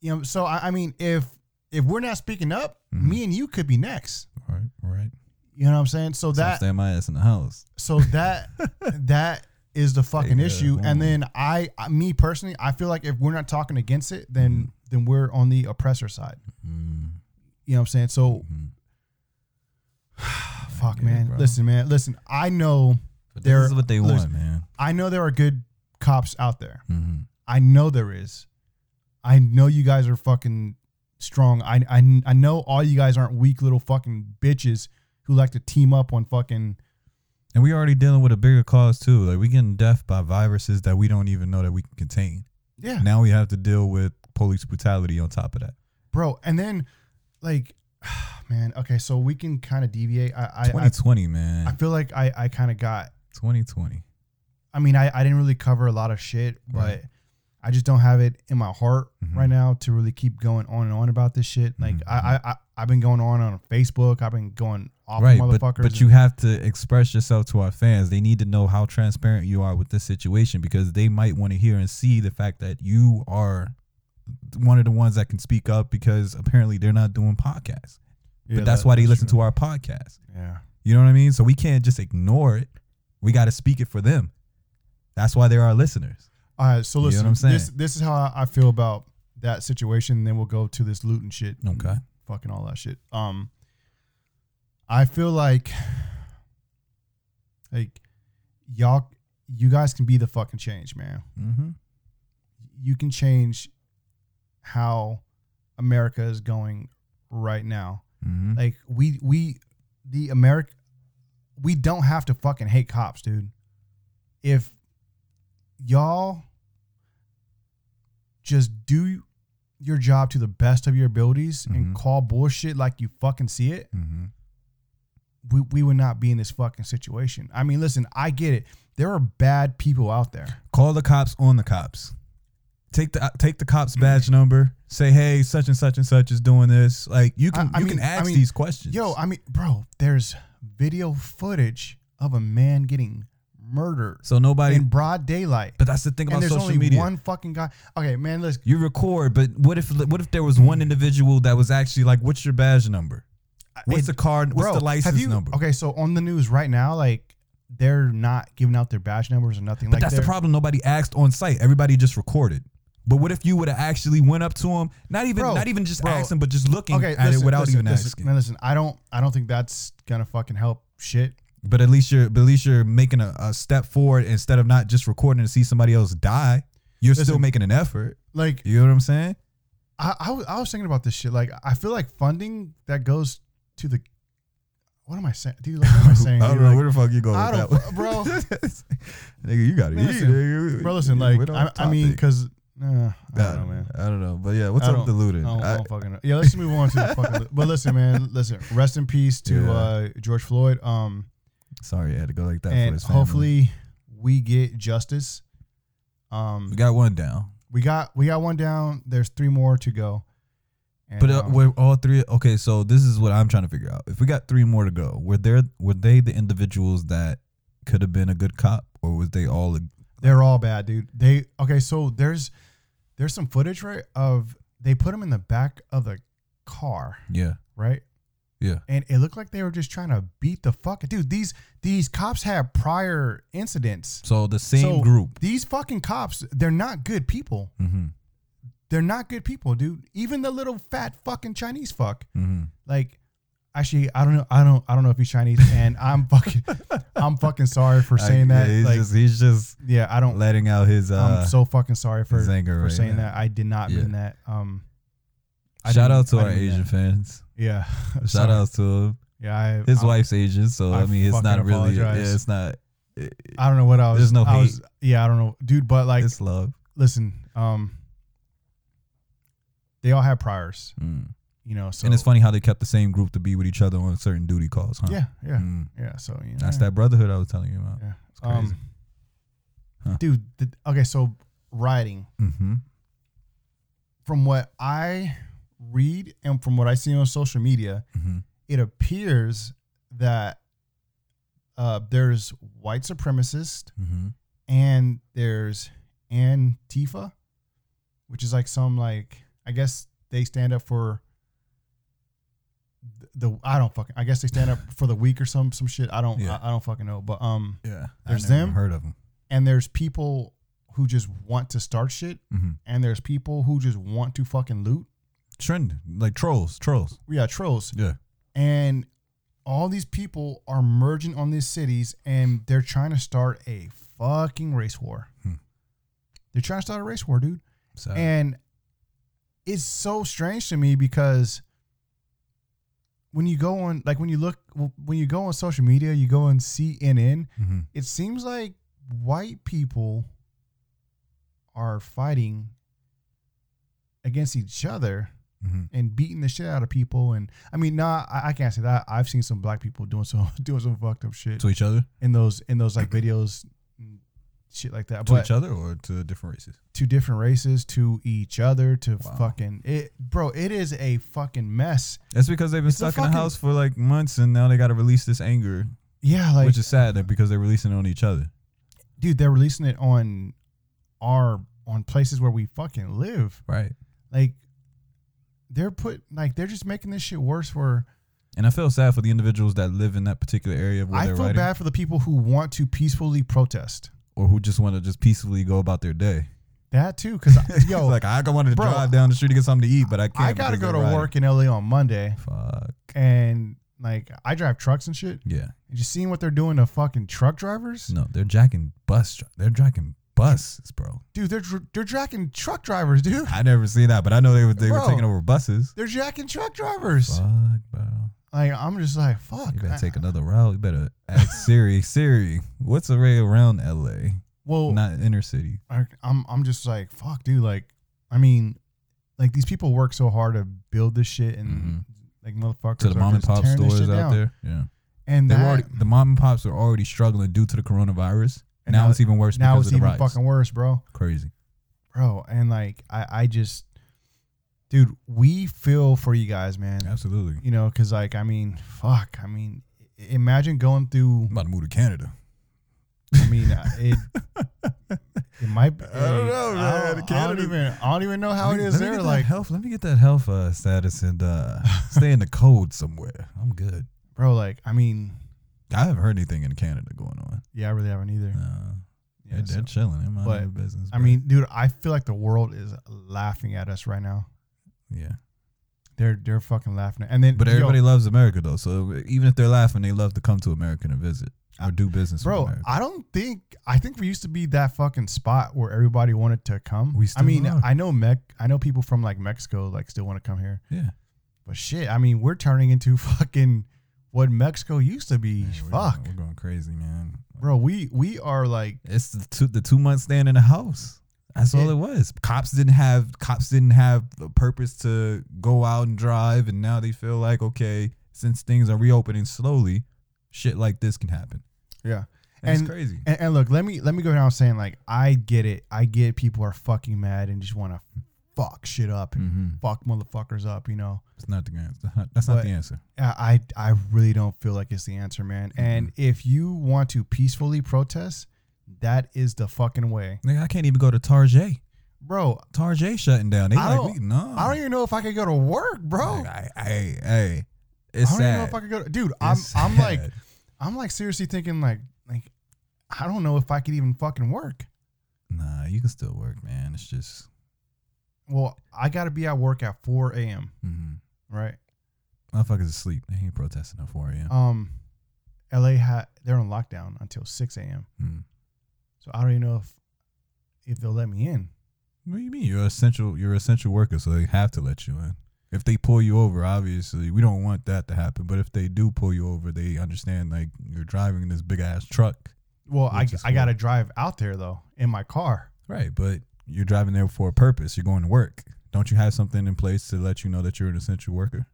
[SPEAKER 1] You know. So I, I mean, if if we're not speaking up,
[SPEAKER 2] Mhm.
[SPEAKER 1] me and you could be next.
[SPEAKER 2] Right. Right.
[SPEAKER 1] You know what I'm saying? So
[SPEAKER 2] So I'm
[SPEAKER 1] that
[SPEAKER 2] staying my ass in the house.
[SPEAKER 1] so that
[SPEAKER 2] [laughs]
[SPEAKER 1] that is the fucking
[SPEAKER 2] that
[SPEAKER 1] issue.
[SPEAKER 2] home.
[SPEAKER 1] And then I, I, me personally, I feel like if we're not talking against it, then
[SPEAKER 2] Mm-hmm.
[SPEAKER 1] then we're on the oppressor side.
[SPEAKER 2] Mm,
[SPEAKER 1] You know what I'm saying? So
[SPEAKER 2] mhm.
[SPEAKER 1] fuck,
[SPEAKER 2] get it,
[SPEAKER 1] man.
[SPEAKER 2] bro.
[SPEAKER 1] listen, man. Listen, I know
[SPEAKER 2] But
[SPEAKER 1] They're-
[SPEAKER 2] this is what they
[SPEAKER 1] listen,
[SPEAKER 2] want, man.
[SPEAKER 1] I know there are good cops out there.
[SPEAKER 2] hmm
[SPEAKER 1] I know there is. I know you guys are fucking strong. I, I, I know all you guys aren't weak little fucking bitches who like to team up on fucking.
[SPEAKER 2] And we already dealing with a bigger cause too. Like we getting death by viruses that we don't even know that we can contain.
[SPEAKER 1] Yeah.
[SPEAKER 2] Now we have to deal with police brutality on top of that.
[SPEAKER 1] Bro. And then, like, [sighs] man, okay, so we can kind of deviate. I, I, I,
[SPEAKER 2] 2020,
[SPEAKER 1] I
[SPEAKER 2] man.
[SPEAKER 1] feel like I, I kind of got.
[SPEAKER 2] 2020.
[SPEAKER 1] I mean, I, I didn't really cover a lot of shit, but
[SPEAKER 2] Right.
[SPEAKER 1] I just don't have it in my heart
[SPEAKER 2] Mhm.
[SPEAKER 1] right now to really keep going on and on about this shit. Like,
[SPEAKER 2] Mhm,
[SPEAKER 1] I, I, I, I've been going on on Facebook. I've been going off
[SPEAKER 2] Right,
[SPEAKER 1] motherfuckers.
[SPEAKER 2] but, but you have to express yourself to our fans. They need to know how transparent you are with this situation because they might want to hear and see the fact that you are one of the ones that can speak up because apparently they're not doing podcasts.
[SPEAKER 1] Yeah,
[SPEAKER 2] but that's
[SPEAKER 1] that-
[SPEAKER 2] why they listen
[SPEAKER 1] true.
[SPEAKER 2] to our podcast.
[SPEAKER 1] Yeah.
[SPEAKER 2] You know what I mean? So we can't just ignore it. We got to speak it for them. That's why they're our listeners.
[SPEAKER 1] All right. So
[SPEAKER 2] You know
[SPEAKER 1] listen,
[SPEAKER 2] what I'm saying?
[SPEAKER 1] this this is how I- I feel about that situation. Then we'll go to this loot and shit. and
[SPEAKER 2] Okay.
[SPEAKER 1] Fucking all that shit. Um, I feel like, [sighs] like, y'all, you guys can be the fucking change, man.
[SPEAKER 2] Mm-hmm.
[SPEAKER 1] You can change how America is going right now.
[SPEAKER 2] Mm-hmm.
[SPEAKER 1] Like we we the America we don't have to fucking hate cops, dude. If y'all just do your job to the best of your abilities and
[SPEAKER 2] Mhm.
[SPEAKER 1] call bullshit like you fucking see it,
[SPEAKER 2] Mm-hmm.
[SPEAKER 1] we, we would not be in this fucking situation. I mean, listen, I get it. There are bad people out there.
[SPEAKER 2] Call the cops on the cops. Take the uh, take the
[SPEAKER 1] Mm.
[SPEAKER 2] cops badge number. Say hey, such and such and such is doing this. Like you can
[SPEAKER 1] I
[SPEAKER 2] you
[SPEAKER 1] mean-
[SPEAKER 2] can
[SPEAKER 1] I
[SPEAKER 2] ask
[SPEAKER 1] mean,
[SPEAKER 2] these questions.
[SPEAKER 1] Yo, I mean, bro, there's video footage of a man getting murdered
[SPEAKER 2] so nobody.
[SPEAKER 1] in broad daylight.
[SPEAKER 2] but that's the thing
[SPEAKER 1] And
[SPEAKER 2] about
[SPEAKER 1] there's
[SPEAKER 2] social
[SPEAKER 1] only
[SPEAKER 2] media.
[SPEAKER 1] one fucking guy. Okay, man, listen.
[SPEAKER 2] you record, but what if what if there was
[SPEAKER 1] Mm.
[SPEAKER 2] one individual that was actually like, what's your badge number? What's
[SPEAKER 1] it-
[SPEAKER 2] the card? What's
[SPEAKER 1] Bro,
[SPEAKER 2] the license
[SPEAKER 1] have you,
[SPEAKER 2] number?
[SPEAKER 1] Okay, so on the news right now, like they're not giving out their badge numbers or nothing.
[SPEAKER 2] But
[SPEAKER 1] like
[SPEAKER 2] that's the
[SPEAKER 1] they're-
[SPEAKER 2] problem. Nobody asked on site. Everybody just recorded. But what if you would have actually went up to him, not even
[SPEAKER 1] Bro,
[SPEAKER 2] not even just
[SPEAKER 1] bro.
[SPEAKER 2] asking, but just looking
[SPEAKER 1] Okay,
[SPEAKER 2] at it
[SPEAKER 1] listen,
[SPEAKER 2] without
[SPEAKER 1] listen,
[SPEAKER 2] even
[SPEAKER 1] listen,
[SPEAKER 2] asking.
[SPEAKER 1] Man, listen, I don't, I don't think that's gonna fucking help shit.
[SPEAKER 2] But at least you're but at least you're making a, a step forward instead of not just recording to see somebody else die. You're still
[SPEAKER 1] Listen.
[SPEAKER 2] making an effort.
[SPEAKER 1] Like,
[SPEAKER 2] You know what I'm saying?
[SPEAKER 1] I, I, was, I was thinking about this shit. Like, I feel like funding that goes to the. What am I saying, dude? Like, what am I saying?
[SPEAKER 2] [laughs] I don't
[SPEAKER 1] dude?
[SPEAKER 2] know
[SPEAKER 1] Like,
[SPEAKER 2] where the fuck you going
[SPEAKER 1] I don't-
[SPEAKER 2] with that,
[SPEAKER 1] bro.
[SPEAKER 2] one. [laughs] nigga, you got it.
[SPEAKER 1] Man, listen,
[SPEAKER 2] nigga.
[SPEAKER 1] bro, listen,
[SPEAKER 2] Yeah,
[SPEAKER 1] like,
[SPEAKER 2] we're on
[SPEAKER 1] I, I mean,
[SPEAKER 2] topic.
[SPEAKER 1] because. Uh, I
[SPEAKER 2] I
[SPEAKER 1] don't know, man.
[SPEAKER 2] I don't know, but yeah, what's
[SPEAKER 1] I
[SPEAKER 2] up with the
[SPEAKER 1] don't-
[SPEAKER 2] looting?
[SPEAKER 1] I don't,
[SPEAKER 2] I-
[SPEAKER 1] I don't fucking know. Yeah, let's move on to the fucking. But listen, man, listen. Rest in peace to
[SPEAKER 2] Yeah.
[SPEAKER 1] uh, George Floyd. Um,
[SPEAKER 2] sorry, I had to go like that. for
[SPEAKER 1] and
[SPEAKER 2] his family.
[SPEAKER 1] hopefully we get justice. Um,
[SPEAKER 2] we got one down,
[SPEAKER 1] we got we got one down. There's three more to go. And,
[SPEAKER 2] but uh,
[SPEAKER 1] um,
[SPEAKER 2] we're all three. Okay, so this is what I'm trying to figure out. If we got three more to go, were there were they the individuals that could have been a good cop, or was they all? A,
[SPEAKER 1] They're all bad, dude. They okay. So there's there's some footage right of they put him in the back of the car,
[SPEAKER 2] yeah,
[SPEAKER 1] right?
[SPEAKER 2] yeah,
[SPEAKER 1] And it looked like they were just trying to beat the fuck, dude. These these cops have prior incidents.
[SPEAKER 2] so the same
[SPEAKER 1] So,
[SPEAKER 2] group.
[SPEAKER 1] These fucking cops, they're not good people.
[SPEAKER 2] Mm-hmm.
[SPEAKER 1] They're not good people, dude. Even the little fat fucking Chinese fuck,
[SPEAKER 2] Mm-hmm.
[SPEAKER 1] like. Actually, I don't know. I don't. I don't know if he's
[SPEAKER 2] [laughs]
[SPEAKER 1] Chinese, and I'm fucking. I'm fucking sorry for saying that.
[SPEAKER 2] he's
[SPEAKER 1] like,
[SPEAKER 2] just he's just
[SPEAKER 1] yeah, I don't.
[SPEAKER 2] letting out his. Uh,
[SPEAKER 1] I'm so fucking sorry for
[SPEAKER 2] his anger
[SPEAKER 1] for
[SPEAKER 2] right
[SPEAKER 1] saying
[SPEAKER 2] now.
[SPEAKER 1] that. I did not
[SPEAKER 2] Yeah.
[SPEAKER 1] mean that. Um,
[SPEAKER 2] shout
[SPEAKER 1] didn't-
[SPEAKER 2] out to
[SPEAKER 1] I
[SPEAKER 2] our
[SPEAKER 1] didn't mean
[SPEAKER 2] Asian
[SPEAKER 1] that.
[SPEAKER 2] fans.
[SPEAKER 1] Yeah. [laughs]
[SPEAKER 2] Shout
[SPEAKER 1] Sorry.
[SPEAKER 2] out to him.
[SPEAKER 1] Yeah. I,
[SPEAKER 2] his
[SPEAKER 1] I-
[SPEAKER 2] wife's Asian, so I,
[SPEAKER 1] I
[SPEAKER 2] mean, it's
[SPEAKER 1] fucking
[SPEAKER 2] not really. Yeah,
[SPEAKER 1] apologize.
[SPEAKER 2] it's not. it-
[SPEAKER 1] I don't know what I was.
[SPEAKER 2] There's no
[SPEAKER 1] I was- yeah, I don't know, dude. But like,
[SPEAKER 2] it's love.
[SPEAKER 1] listen, um, they all have priors,
[SPEAKER 2] Mm.
[SPEAKER 1] you know. So
[SPEAKER 2] and it's funny how they kept the same group to be with each other on certain duty calls, huh?
[SPEAKER 1] Yeah. Yeah.
[SPEAKER 2] Mm.
[SPEAKER 1] Yeah. Um, So you know,
[SPEAKER 2] That's that brotherhood I was telling you about.
[SPEAKER 1] Yeah.
[SPEAKER 2] It's crazy. Huh.
[SPEAKER 1] Dude. The, okay. So rioting,
[SPEAKER 2] Mm-hmm.
[SPEAKER 1] from what I read and from what I see on social media,
[SPEAKER 2] Mm-hmm.
[SPEAKER 1] it appears that uh, there's white supremacists
[SPEAKER 2] Mm-hmm.
[SPEAKER 1] and there's Antifa, which is like some like I guess they stand up for th- the I don't fucking I guess they stand up for the weak or some some shit I don't
[SPEAKER 2] Yeah.
[SPEAKER 1] I, I don't fucking know but um
[SPEAKER 2] Yeah.
[SPEAKER 1] There's
[SPEAKER 2] I never even
[SPEAKER 1] them.
[SPEAKER 2] Heard of them.
[SPEAKER 1] and there's people who just want to start shit
[SPEAKER 2] Mm-hmm.
[SPEAKER 1] and there's people who just want to fucking loot
[SPEAKER 2] Trend like trolls, trolls.
[SPEAKER 1] yeah trolls
[SPEAKER 2] Yeah.
[SPEAKER 1] and all these people are merging on these cities and they're trying to start a fucking race war.
[SPEAKER 2] Hmm.
[SPEAKER 1] They're trying to start a race war, dude.
[SPEAKER 2] So
[SPEAKER 1] And it's so strange to me because when you go on, like when you look, when you go on social media, you go on CNN,
[SPEAKER 2] mm-hmm.
[SPEAKER 1] it seems like white people are fighting against each other
[SPEAKER 2] Mm-hmm.
[SPEAKER 1] and beating the shit out of people. And I mean, nah, I, I can't say that. I've seen some black people doing some [laughs] doing some fucked up shit
[SPEAKER 2] to each other,
[SPEAKER 1] in those in those like videos, and shit like that.
[SPEAKER 2] to
[SPEAKER 1] but
[SPEAKER 2] each other, or to different races.
[SPEAKER 1] to different races, to each other, to
[SPEAKER 2] Wow.
[SPEAKER 1] fucking it, bro. It is a fucking mess.
[SPEAKER 2] That's because they've been
[SPEAKER 1] It's a
[SPEAKER 2] stuck in a
[SPEAKER 1] fucking-
[SPEAKER 2] house for like months, and now they got to release this anger,
[SPEAKER 1] Yeah, like
[SPEAKER 2] which is sad that because they're releasing it on each other.
[SPEAKER 1] dude, they're releasing it on our on places where we fucking live.
[SPEAKER 2] Right.
[SPEAKER 1] Like they're put like they're just making this shit worse for.
[SPEAKER 2] And I feel sad for the individuals that live in that particular area of where
[SPEAKER 1] I
[SPEAKER 2] they're
[SPEAKER 1] feel
[SPEAKER 2] writing,
[SPEAKER 1] bad for the people who want to peacefully protest.
[SPEAKER 2] or who just want to just peacefully go about their day.
[SPEAKER 1] That too,
[SPEAKER 2] [laughs]
[SPEAKER 1] because
[SPEAKER 2] Yo,
[SPEAKER 1] yo,
[SPEAKER 2] like I wanted to
[SPEAKER 1] bro,
[SPEAKER 2] drive down the street to get something to eat, but I can't.
[SPEAKER 1] I gotta go
[SPEAKER 2] because
[SPEAKER 1] to
[SPEAKER 2] they're riding.
[SPEAKER 1] work in LA on Monday,
[SPEAKER 2] Fuck.
[SPEAKER 1] and like I drive trucks and shit.
[SPEAKER 2] Yeah.
[SPEAKER 1] And just seeing what they're doing to fucking truck drivers,
[SPEAKER 2] No, they're jacking bus. dri- They're jacking buses, bro.
[SPEAKER 1] dude. They're dr- they're jacking truck drivers, dude.
[SPEAKER 2] I never seen that, but I know they were they were
[SPEAKER 1] Bro.
[SPEAKER 2] taking over buses.
[SPEAKER 1] They're jacking truck drivers.
[SPEAKER 2] Fuck, bro.
[SPEAKER 1] Like I'm just like fuck.
[SPEAKER 2] You better
[SPEAKER 1] I-
[SPEAKER 2] take another route. You better ask
[SPEAKER 1] [laughs]
[SPEAKER 2] Siri. Siri, what's the way around L.A.
[SPEAKER 1] well,
[SPEAKER 2] Not inner city.
[SPEAKER 1] I, I'm I'm just like fuck, dude. Like I mean, like these people work so hard to build this shit, and
[SPEAKER 2] Mhm.
[SPEAKER 1] like motherfuckers
[SPEAKER 2] To the
[SPEAKER 1] are
[SPEAKER 2] mom and
[SPEAKER 1] just
[SPEAKER 2] pop
[SPEAKER 1] tearing this
[SPEAKER 2] stores out
[SPEAKER 1] shit down.
[SPEAKER 2] there. Yeah.
[SPEAKER 1] And
[SPEAKER 2] They
[SPEAKER 1] that,
[SPEAKER 2] were already, the mom and pops are already struggling due to the coronavirus.
[SPEAKER 1] and
[SPEAKER 2] now, it's even worse
[SPEAKER 1] now it's
[SPEAKER 2] because of the
[SPEAKER 1] even
[SPEAKER 2] riots.
[SPEAKER 1] fucking worse, bro.
[SPEAKER 2] Crazy.
[SPEAKER 1] bro and like i i just dude we feel for you guys man
[SPEAKER 2] Absolutely.
[SPEAKER 1] you know because like i mean fuck i mean i- imagine going through
[SPEAKER 2] I'm about to move to Canada.
[SPEAKER 1] i mean uh,
[SPEAKER 2] [laughs]
[SPEAKER 1] it it might be
[SPEAKER 2] I don't know, man.
[SPEAKER 1] I, don't, I don't
[SPEAKER 2] Canada-
[SPEAKER 1] even i don't even know how
[SPEAKER 2] Let
[SPEAKER 1] it
[SPEAKER 2] me-
[SPEAKER 1] is
[SPEAKER 2] let me get
[SPEAKER 1] there
[SPEAKER 2] that
[SPEAKER 1] like
[SPEAKER 2] health. Let me get that health uh, status and uh, stay in the cold somewhere. I'm good.
[SPEAKER 1] bro like i mean
[SPEAKER 2] I haven't heard anything in Canada going on.
[SPEAKER 1] yeah i really haven't either
[SPEAKER 2] Uh,
[SPEAKER 1] Yeah,
[SPEAKER 2] they're,
[SPEAKER 1] so-
[SPEAKER 2] they're chilling. They mind
[SPEAKER 1] but,
[SPEAKER 2] their business.
[SPEAKER 1] I
[SPEAKER 2] bro.
[SPEAKER 1] mean, dude, I feel like the world is laughing at us right now.
[SPEAKER 2] yeah. They're
[SPEAKER 1] They're they're fucking laughing. at- And then
[SPEAKER 2] but
[SPEAKER 1] yo,
[SPEAKER 2] everybody loves America though. So even if they're laughing, they love to come to America and visit or do business. with
[SPEAKER 1] bro,
[SPEAKER 2] America.
[SPEAKER 1] I don't think I think we used to be that fucking spot where everybody wanted to come.
[SPEAKER 2] We still
[SPEAKER 1] I mean,
[SPEAKER 2] are.
[SPEAKER 1] I know Mech, I know people from like Mexico like still want to come here.
[SPEAKER 2] yeah.
[SPEAKER 1] But shit, I mean, we're turning into [laughs] fucking what Mexico used to be.
[SPEAKER 2] Man, we're
[SPEAKER 1] Fuck,
[SPEAKER 2] Going, we're going crazy, man.
[SPEAKER 1] bro, we we are like
[SPEAKER 2] It's the two the two month stand in the house. That's all
[SPEAKER 1] Yeah.
[SPEAKER 2] it was. Cops didn't have cops didn't have the purpose to go out and drive, and now they feel like okay, since things are reopening slowly, shit like this can happen.
[SPEAKER 1] yeah.
[SPEAKER 2] That's
[SPEAKER 1] And-
[SPEAKER 2] crazy.
[SPEAKER 1] And, and look, let me let me go down saying like I get it. I get people are fucking mad and just want to fuck shit up and
[SPEAKER 2] Mhm.
[SPEAKER 1] fuck motherfuckers up, you know.
[SPEAKER 2] It's not the answer. That's not
[SPEAKER 1] But-
[SPEAKER 2] the answer.
[SPEAKER 1] I I I really don't feel like it's the answer, man.
[SPEAKER 2] Mm-hmm.
[SPEAKER 1] And if you want to peacefully protest, that is the fucking way,
[SPEAKER 2] Nigga, I can't even go to Tarjay.
[SPEAKER 1] bro.
[SPEAKER 2] Tarjay shutting down. They
[SPEAKER 1] I
[SPEAKER 2] like
[SPEAKER 1] don't-
[SPEAKER 2] we, no.
[SPEAKER 1] I don't even know if I could go to work, bro.
[SPEAKER 2] Like, I, I, hey, it's
[SPEAKER 1] I don't even know
[SPEAKER 2] sad.
[SPEAKER 1] if I could go, to, dude.
[SPEAKER 2] It's
[SPEAKER 1] I'm I'm like
[SPEAKER 2] sad.
[SPEAKER 1] I'm like seriously thinking like like I don't know if I could even fucking work.
[SPEAKER 2] nah. You can still work, man. It's just
[SPEAKER 1] Well, I got to be at work at 4 a.m.
[SPEAKER 2] mhm.
[SPEAKER 1] Right.
[SPEAKER 2] motherfuckers asleep. They ain't protesting at four a.m.
[SPEAKER 1] Um, L.A. had they're on lockdown until 6 a.m.
[SPEAKER 2] Mm.
[SPEAKER 1] So I don't even know if if they'll let me in.
[SPEAKER 2] What do you mean? You're essential. You're essential worker, so they have to let you in. If they pull you over, obviously we don't want that to happen. But if they do pull you over, they understand like you're driving this big ass truck,
[SPEAKER 1] Well, I
[SPEAKER 2] Which is
[SPEAKER 1] I got to drive out there though in my car.
[SPEAKER 2] right? But you're driving there for a purpose. You're going to work. Don't you have something in place to let you know that you're an essential worker,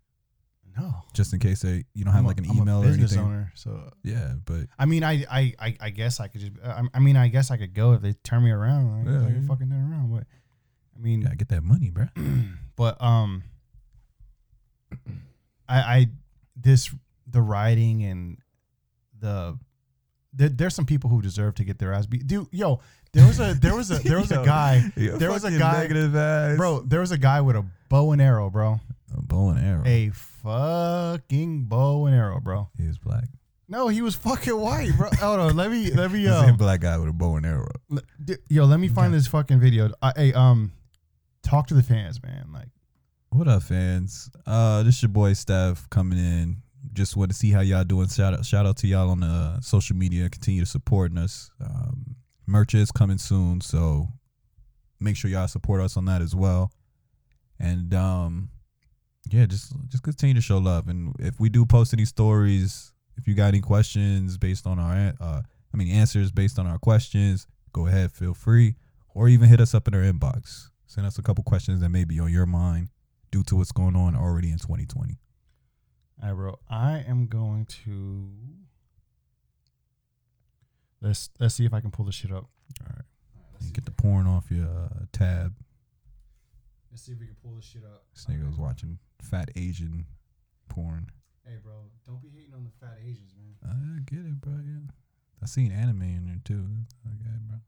[SPEAKER 1] No,
[SPEAKER 2] just in case they you don't have
[SPEAKER 1] I'm a-
[SPEAKER 2] like an
[SPEAKER 1] I'm a
[SPEAKER 2] email or
[SPEAKER 1] business
[SPEAKER 2] anything?
[SPEAKER 1] owner. So
[SPEAKER 2] Yeah, but
[SPEAKER 1] I mean, I I I, I guess I could just. I, I mean, I guess I could go if they turn me around. Like,
[SPEAKER 2] Yeah,
[SPEAKER 1] like
[SPEAKER 2] yeah.
[SPEAKER 1] fucking turn around, but I mean,
[SPEAKER 2] you gotta get that
[SPEAKER 1] [clears throat]
[SPEAKER 2] money, bruh.
[SPEAKER 1] but um, I I this the rioting and the. There, there's some people who deserve to get their ass beat. Dude, yo, there was a there was a there was a
[SPEAKER 2] [laughs] Yo,
[SPEAKER 1] guy,
[SPEAKER 2] you're
[SPEAKER 1] there was a
[SPEAKER 2] fucking
[SPEAKER 1] guy-
[SPEAKER 2] negative ass,
[SPEAKER 1] bro. There was a guy with a bow and arrow, bro.
[SPEAKER 2] A bow and arrow.
[SPEAKER 1] A fucking bow and arrow, bro.
[SPEAKER 2] He was black.
[SPEAKER 1] No, he was fucking white, bro. Hold on, let
[SPEAKER 2] [laughs]
[SPEAKER 1] me let me
[SPEAKER 2] This ain't
[SPEAKER 1] um,
[SPEAKER 2] black guy with a bow and arrow.
[SPEAKER 1] le- d- yo, let me find this fucking video. I, hey, um, talk to the fans, man. Like,
[SPEAKER 2] What up, fans? Uh, this your boy Steph coming in. Just want to see how y'all doing. Shout out, shout out to y'all on the uh, social media. Continue supporting us. Um, merch is coming soon, so make sure y'all support us on that as well. And um, yeah, just just continue to show love. And if we do post any stories, if you got any questions based on our, an- uh, I mean answers based on our questions, go ahead, feel free, or even hit us up in our inbox. Send us a couple questions that may be on your mind due to what's going on already in 2020.
[SPEAKER 1] all right, bro. I am going to let's let's see if I can pull this shit up.
[SPEAKER 2] All right,
[SPEAKER 1] Let's see,
[SPEAKER 2] get the porn off your uh, tab.
[SPEAKER 1] let's see if we can pull this shit up.
[SPEAKER 2] This nigga was watching fat Asian porn.
[SPEAKER 1] Hey, bro, don't be hating on the fat Asians, man.
[SPEAKER 2] I get it, bro. Yeah, I seen anime in there too. Okay, bro.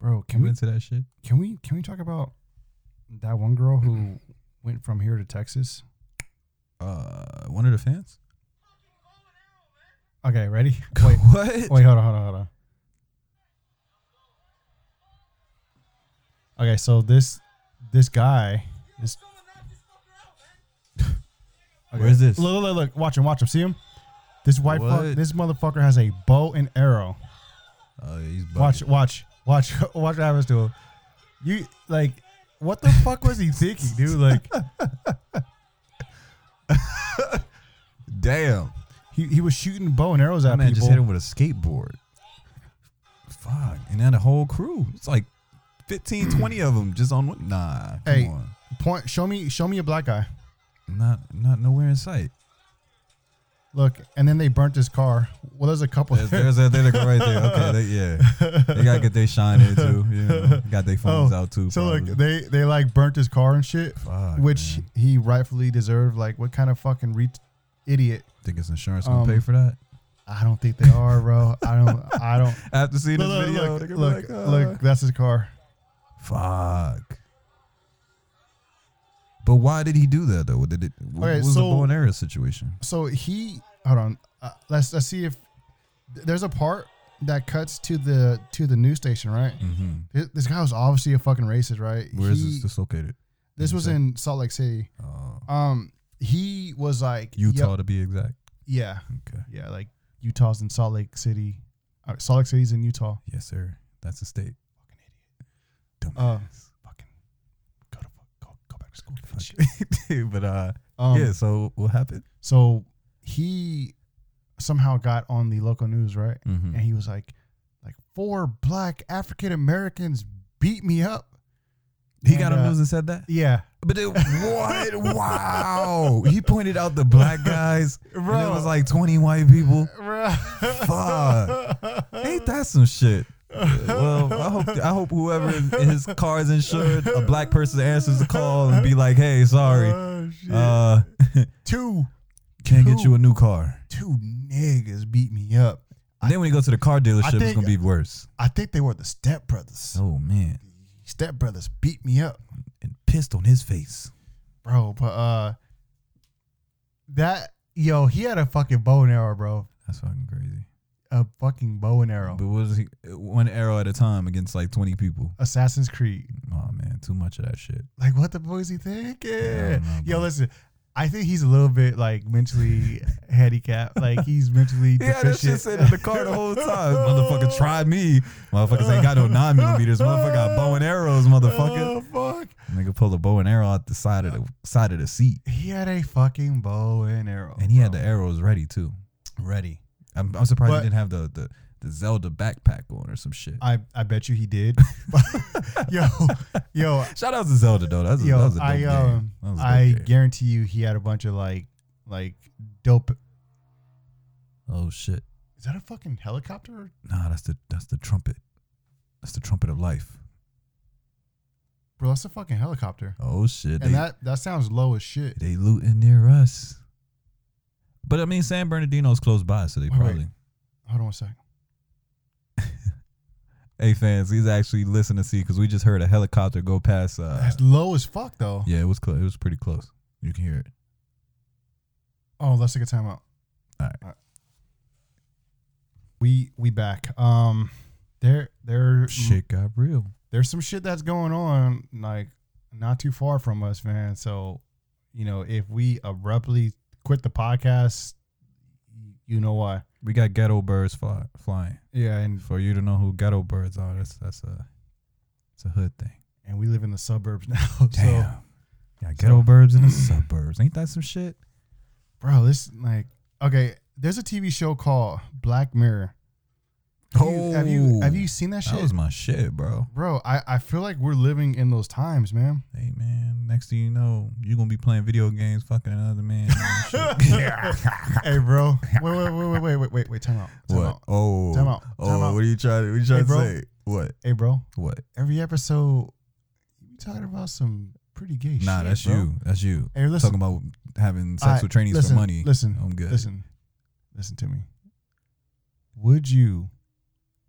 [SPEAKER 1] Bro, can
[SPEAKER 2] Can we
[SPEAKER 1] we
[SPEAKER 2] into that shit?
[SPEAKER 1] can we can we talk about that one girl [clears throat] who went from here to Texas?
[SPEAKER 2] Uh, one of the [laughs] fans.
[SPEAKER 1] Okay, ready? [laughs] Wait,
[SPEAKER 2] [laughs] what?
[SPEAKER 1] Wait, hold on, hold on, hold on. Okay, so this this guy is [laughs]
[SPEAKER 2] Where's this?
[SPEAKER 1] look, look, look, watch him, watch him, see him. This white fuck,
[SPEAKER 2] What?
[SPEAKER 1] this motherfucker has a bow and arrow.
[SPEAKER 2] Oh, yeah, he's bugging.
[SPEAKER 1] Watch, watch, watch, [laughs] watch what happens to him. You like, what the fuck was he thinking, dude?
[SPEAKER 2] [laughs]
[SPEAKER 1] Like,
[SPEAKER 2] Damn,
[SPEAKER 1] he, he was shooting bow and arrows at
[SPEAKER 2] that man
[SPEAKER 1] people.
[SPEAKER 2] just hit him with a skateboard. Fuck, and then the whole crew. It's like [clears throat] 15, 20 of them just on one. Nah, come
[SPEAKER 1] Hey.
[SPEAKER 2] on.
[SPEAKER 1] Point, show me, show me a black guy.
[SPEAKER 2] Not, not nowhere in sight.
[SPEAKER 1] Look, and then they burnt his car. Well, there's a couple.
[SPEAKER 2] There's, there's that there right there. Okay, they, yeah,
[SPEAKER 1] [laughs]
[SPEAKER 2] they gotta get their shine in too. You know, got their phones
[SPEAKER 1] Oh,
[SPEAKER 2] out too.
[SPEAKER 1] So
[SPEAKER 2] probably.
[SPEAKER 1] like they they like burnt his car and shit,
[SPEAKER 2] Fuck,
[SPEAKER 1] which
[SPEAKER 2] man.
[SPEAKER 1] he rightfully deserved. Like what kind of fucking re- idiot?
[SPEAKER 2] think his insurance gonna
[SPEAKER 1] um,
[SPEAKER 2] pay for that.
[SPEAKER 1] I don't think they are, bro. I don't. I
[SPEAKER 2] [laughs]
[SPEAKER 1] don't.
[SPEAKER 2] After seeing this
[SPEAKER 1] Look,
[SPEAKER 2] video,
[SPEAKER 1] look,
[SPEAKER 2] they
[SPEAKER 1] look,
[SPEAKER 2] gonna be
[SPEAKER 1] look,
[SPEAKER 2] like, "Ah."
[SPEAKER 1] look, that's his car.
[SPEAKER 2] Fuck. But why did he do that though? Did it, what
[SPEAKER 1] Okay,
[SPEAKER 2] was
[SPEAKER 1] so-
[SPEAKER 2] the bow and arrow situation?
[SPEAKER 1] So he hold on. Uh, let's let's see if th- there's a part that cuts to the to the news station, right?
[SPEAKER 2] Mm-hmm.
[SPEAKER 1] Th- This guy was obviously a fucking racist, right?
[SPEAKER 2] Where is
[SPEAKER 1] He-
[SPEAKER 2] this dislocated?
[SPEAKER 1] This was
[SPEAKER 2] Okay.
[SPEAKER 1] in Salt Lake City.
[SPEAKER 2] Uh,
[SPEAKER 1] Um, he was like yo-
[SPEAKER 2] Utah to be exact.
[SPEAKER 1] yeah,
[SPEAKER 2] Okay.
[SPEAKER 1] yeah, like Utah's in Salt Lake City. Uh, Salt Lake City's in Utah.
[SPEAKER 2] Yes, sir. That's a state.
[SPEAKER 1] Fucking idiot.
[SPEAKER 2] Dumbass.
[SPEAKER 1] Uh, fucking go to fuck- go, go back to school. bitch.
[SPEAKER 2] Fuck. [laughs] but uh,
[SPEAKER 1] Um,
[SPEAKER 2] yeah. So what happened?
[SPEAKER 1] So he somehow got on the local news, right?
[SPEAKER 2] Mm-hmm.
[SPEAKER 1] And he was like, like four black African Americans beat me up.
[SPEAKER 2] He got
[SPEAKER 1] and,
[SPEAKER 2] on
[SPEAKER 1] uh,
[SPEAKER 2] news and said that.
[SPEAKER 1] Yeah, [laughs]
[SPEAKER 2] But it, what? wow. He pointed out the black guys.
[SPEAKER 1] bro.
[SPEAKER 2] And it was like twenty white people. Fuck. Ain't that some shit? Well, I hope I hope whoever his car's insured, a black person answers the call and be like, "Hey, sorry,
[SPEAKER 1] Oh, shit.
[SPEAKER 2] uh,
[SPEAKER 1] two
[SPEAKER 2] can't get
[SPEAKER 1] Who?
[SPEAKER 2] you a new car."
[SPEAKER 1] two niggas beat me up.
[SPEAKER 2] then when you go to the car dealership, it's
[SPEAKER 1] think-
[SPEAKER 2] gonna be worse.
[SPEAKER 1] I think they were the Step Brothers.
[SPEAKER 2] Oh man,
[SPEAKER 1] Step Brothers beat me up.
[SPEAKER 2] and pissed on his face.
[SPEAKER 1] bro. But uh, that yo, he had a fucking bow and arrow, bro.
[SPEAKER 2] That's fucking crazy.
[SPEAKER 1] A fucking bow and arrow.
[SPEAKER 2] But what is he? One arrow at a time against like twenty people.
[SPEAKER 1] Assassin's Creed.
[SPEAKER 2] Oh man, too much of that shit.
[SPEAKER 1] Like, what the fuck is he thinking?
[SPEAKER 2] Yeah, I don't know,
[SPEAKER 1] yo,
[SPEAKER 2] bro.
[SPEAKER 1] listen. I think he's a little bit like mentally [laughs] handicapped. Like he's mentally
[SPEAKER 2] [laughs] Yeah, that shit
[SPEAKER 1] deficient.
[SPEAKER 2] sitting in the car
[SPEAKER 1] [laughs]
[SPEAKER 2] the whole time. Motherfucker, try me. Motherfuckers ain't got no nine millimeters. Motherfucker got bow and arrows.
[SPEAKER 1] Oh,
[SPEAKER 2] Motherfucker,
[SPEAKER 1] fuck.
[SPEAKER 2] nigga pull a bow and arrow out the side of the side of the seat.
[SPEAKER 1] He had a fucking bow and arrow.
[SPEAKER 2] and he had the
[SPEAKER 1] bro.
[SPEAKER 2] arrows ready too.
[SPEAKER 1] Oh. ready.
[SPEAKER 2] I'm, I'm surprised
[SPEAKER 1] But-
[SPEAKER 2] he didn't have the, the the Zelda backpack on or some shit.
[SPEAKER 1] I I bet you he
[SPEAKER 2] [laughs]
[SPEAKER 1] did. [laughs] yo, yo,
[SPEAKER 2] Shout out to Zelda though. That's a,
[SPEAKER 1] Yo,
[SPEAKER 2] that was a dope
[SPEAKER 1] I,
[SPEAKER 2] game.
[SPEAKER 1] um,
[SPEAKER 2] That was a dope
[SPEAKER 1] I
[SPEAKER 2] game.
[SPEAKER 1] guarantee you he had a bunch of like like dope
[SPEAKER 2] oh shit!
[SPEAKER 1] Is that a fucking helicopter?
[SPEAKER 2] Nah, that's the that's the trumpet. That's the trumpet of life.
[SPEAKER 1] Bro, that's a fucking helicopter.
[SPEAKER 2] Oh shit! They
[SPEAKER 1] And that that sounds low as shit.
[SPEAKER 2] they looting near us. But I mean, San Bernardino's close by, so they
[SPEAKER 1] Wait, wait.
[SPEAKER 2] probably.
[SPEAKER 1] Hold on a sec.
[SPEAKER 2] Hey fans, he's actually listening to see because we just heard a helicopter go past. Uh,
[SPEAKER 1] That's low as fuck though.
[SPEAKER 2] yeah, it was close. It was pretty close. You can hear it.
[SPEAKER 1] Oh, let's take a timeout.
[SPEAKER 2] Alright.
[SPEAKER 1] We we back. Um there there
[SPEAKER 2] Shit got real.
[SPEAKER 1] there's some shit that's going on like not too far from us, man. So, you know, if we abruptly quit the podcast, you know why.
[SPEAKER 2] We got ghetto birds fly, flying.
[SPEAKER 1] Yeah, and
[SPEAKER 2] for you to know who ghetto birds are, that's that's a it's a hood thing.
[SPEAKER 1] and we live in the suburbs [laughs] now. So,
[SPEAKER 2] yeah, ghetto birds in the suburbs. Ain't that some shit?
[SPEAKER 1] bro, this like okay. There's a TV show called Black Mirror. Have you, have you have you seen that
[SPEAKER 2] Oh. That
[SPEAKER 1] shit,
[SPEAKER 2] was my shit, bro.
[SPEAKER 1] bro? I I feel like we're living in those times,
[SPEAKER 2] [laughs]
[SPEAKER 1] man.
[SPEAKER 2] Hey man, next thing you know, you gonna be playing video games, fucking another man.
[SPEAKER 1] [laughs]
[SPEAKER 2] and shit.
[SPEAKER 1] hey, bro. Wait, wait, wait, wait, wait, wait, wait, wait. Time out. Time
[SPEAKER 2] what?
[SPEAKER 1] out.
[SPEAKER 2] Oh,
[SPEAKER 1] Time out. Time
[SPEAKER 2] oh,
[SPEAKER 1] out.
[SPEAKER 2] what are you trying? What you trying
[SPEAKER 1] bro.
[SPEAKER 2] to say? What?
[SPEAKER 1] Hey, bro.
[SPEAKER 2] What?
[SPEAKER 1] Every episode, you talking about some pretty gay shit.
[SPEAKER 2] Nah, that's
[SPEAKER 1] bro.
[SPEAKER 2] you. That's you.
[SPEAKER 1] Hey, listen.
[SPEAKER 2] Talking about having sex
[SPEAKER 1] Alright,
[SPEAKER 2] with trainees
[SPEAKER 1] listen,
[SPEAKER 2] for money. Oh,
[SPEAKER 1] Listen,
[SPEAKER 2] I'm good.
[SPEAKER 1] listen, listen to me. Would you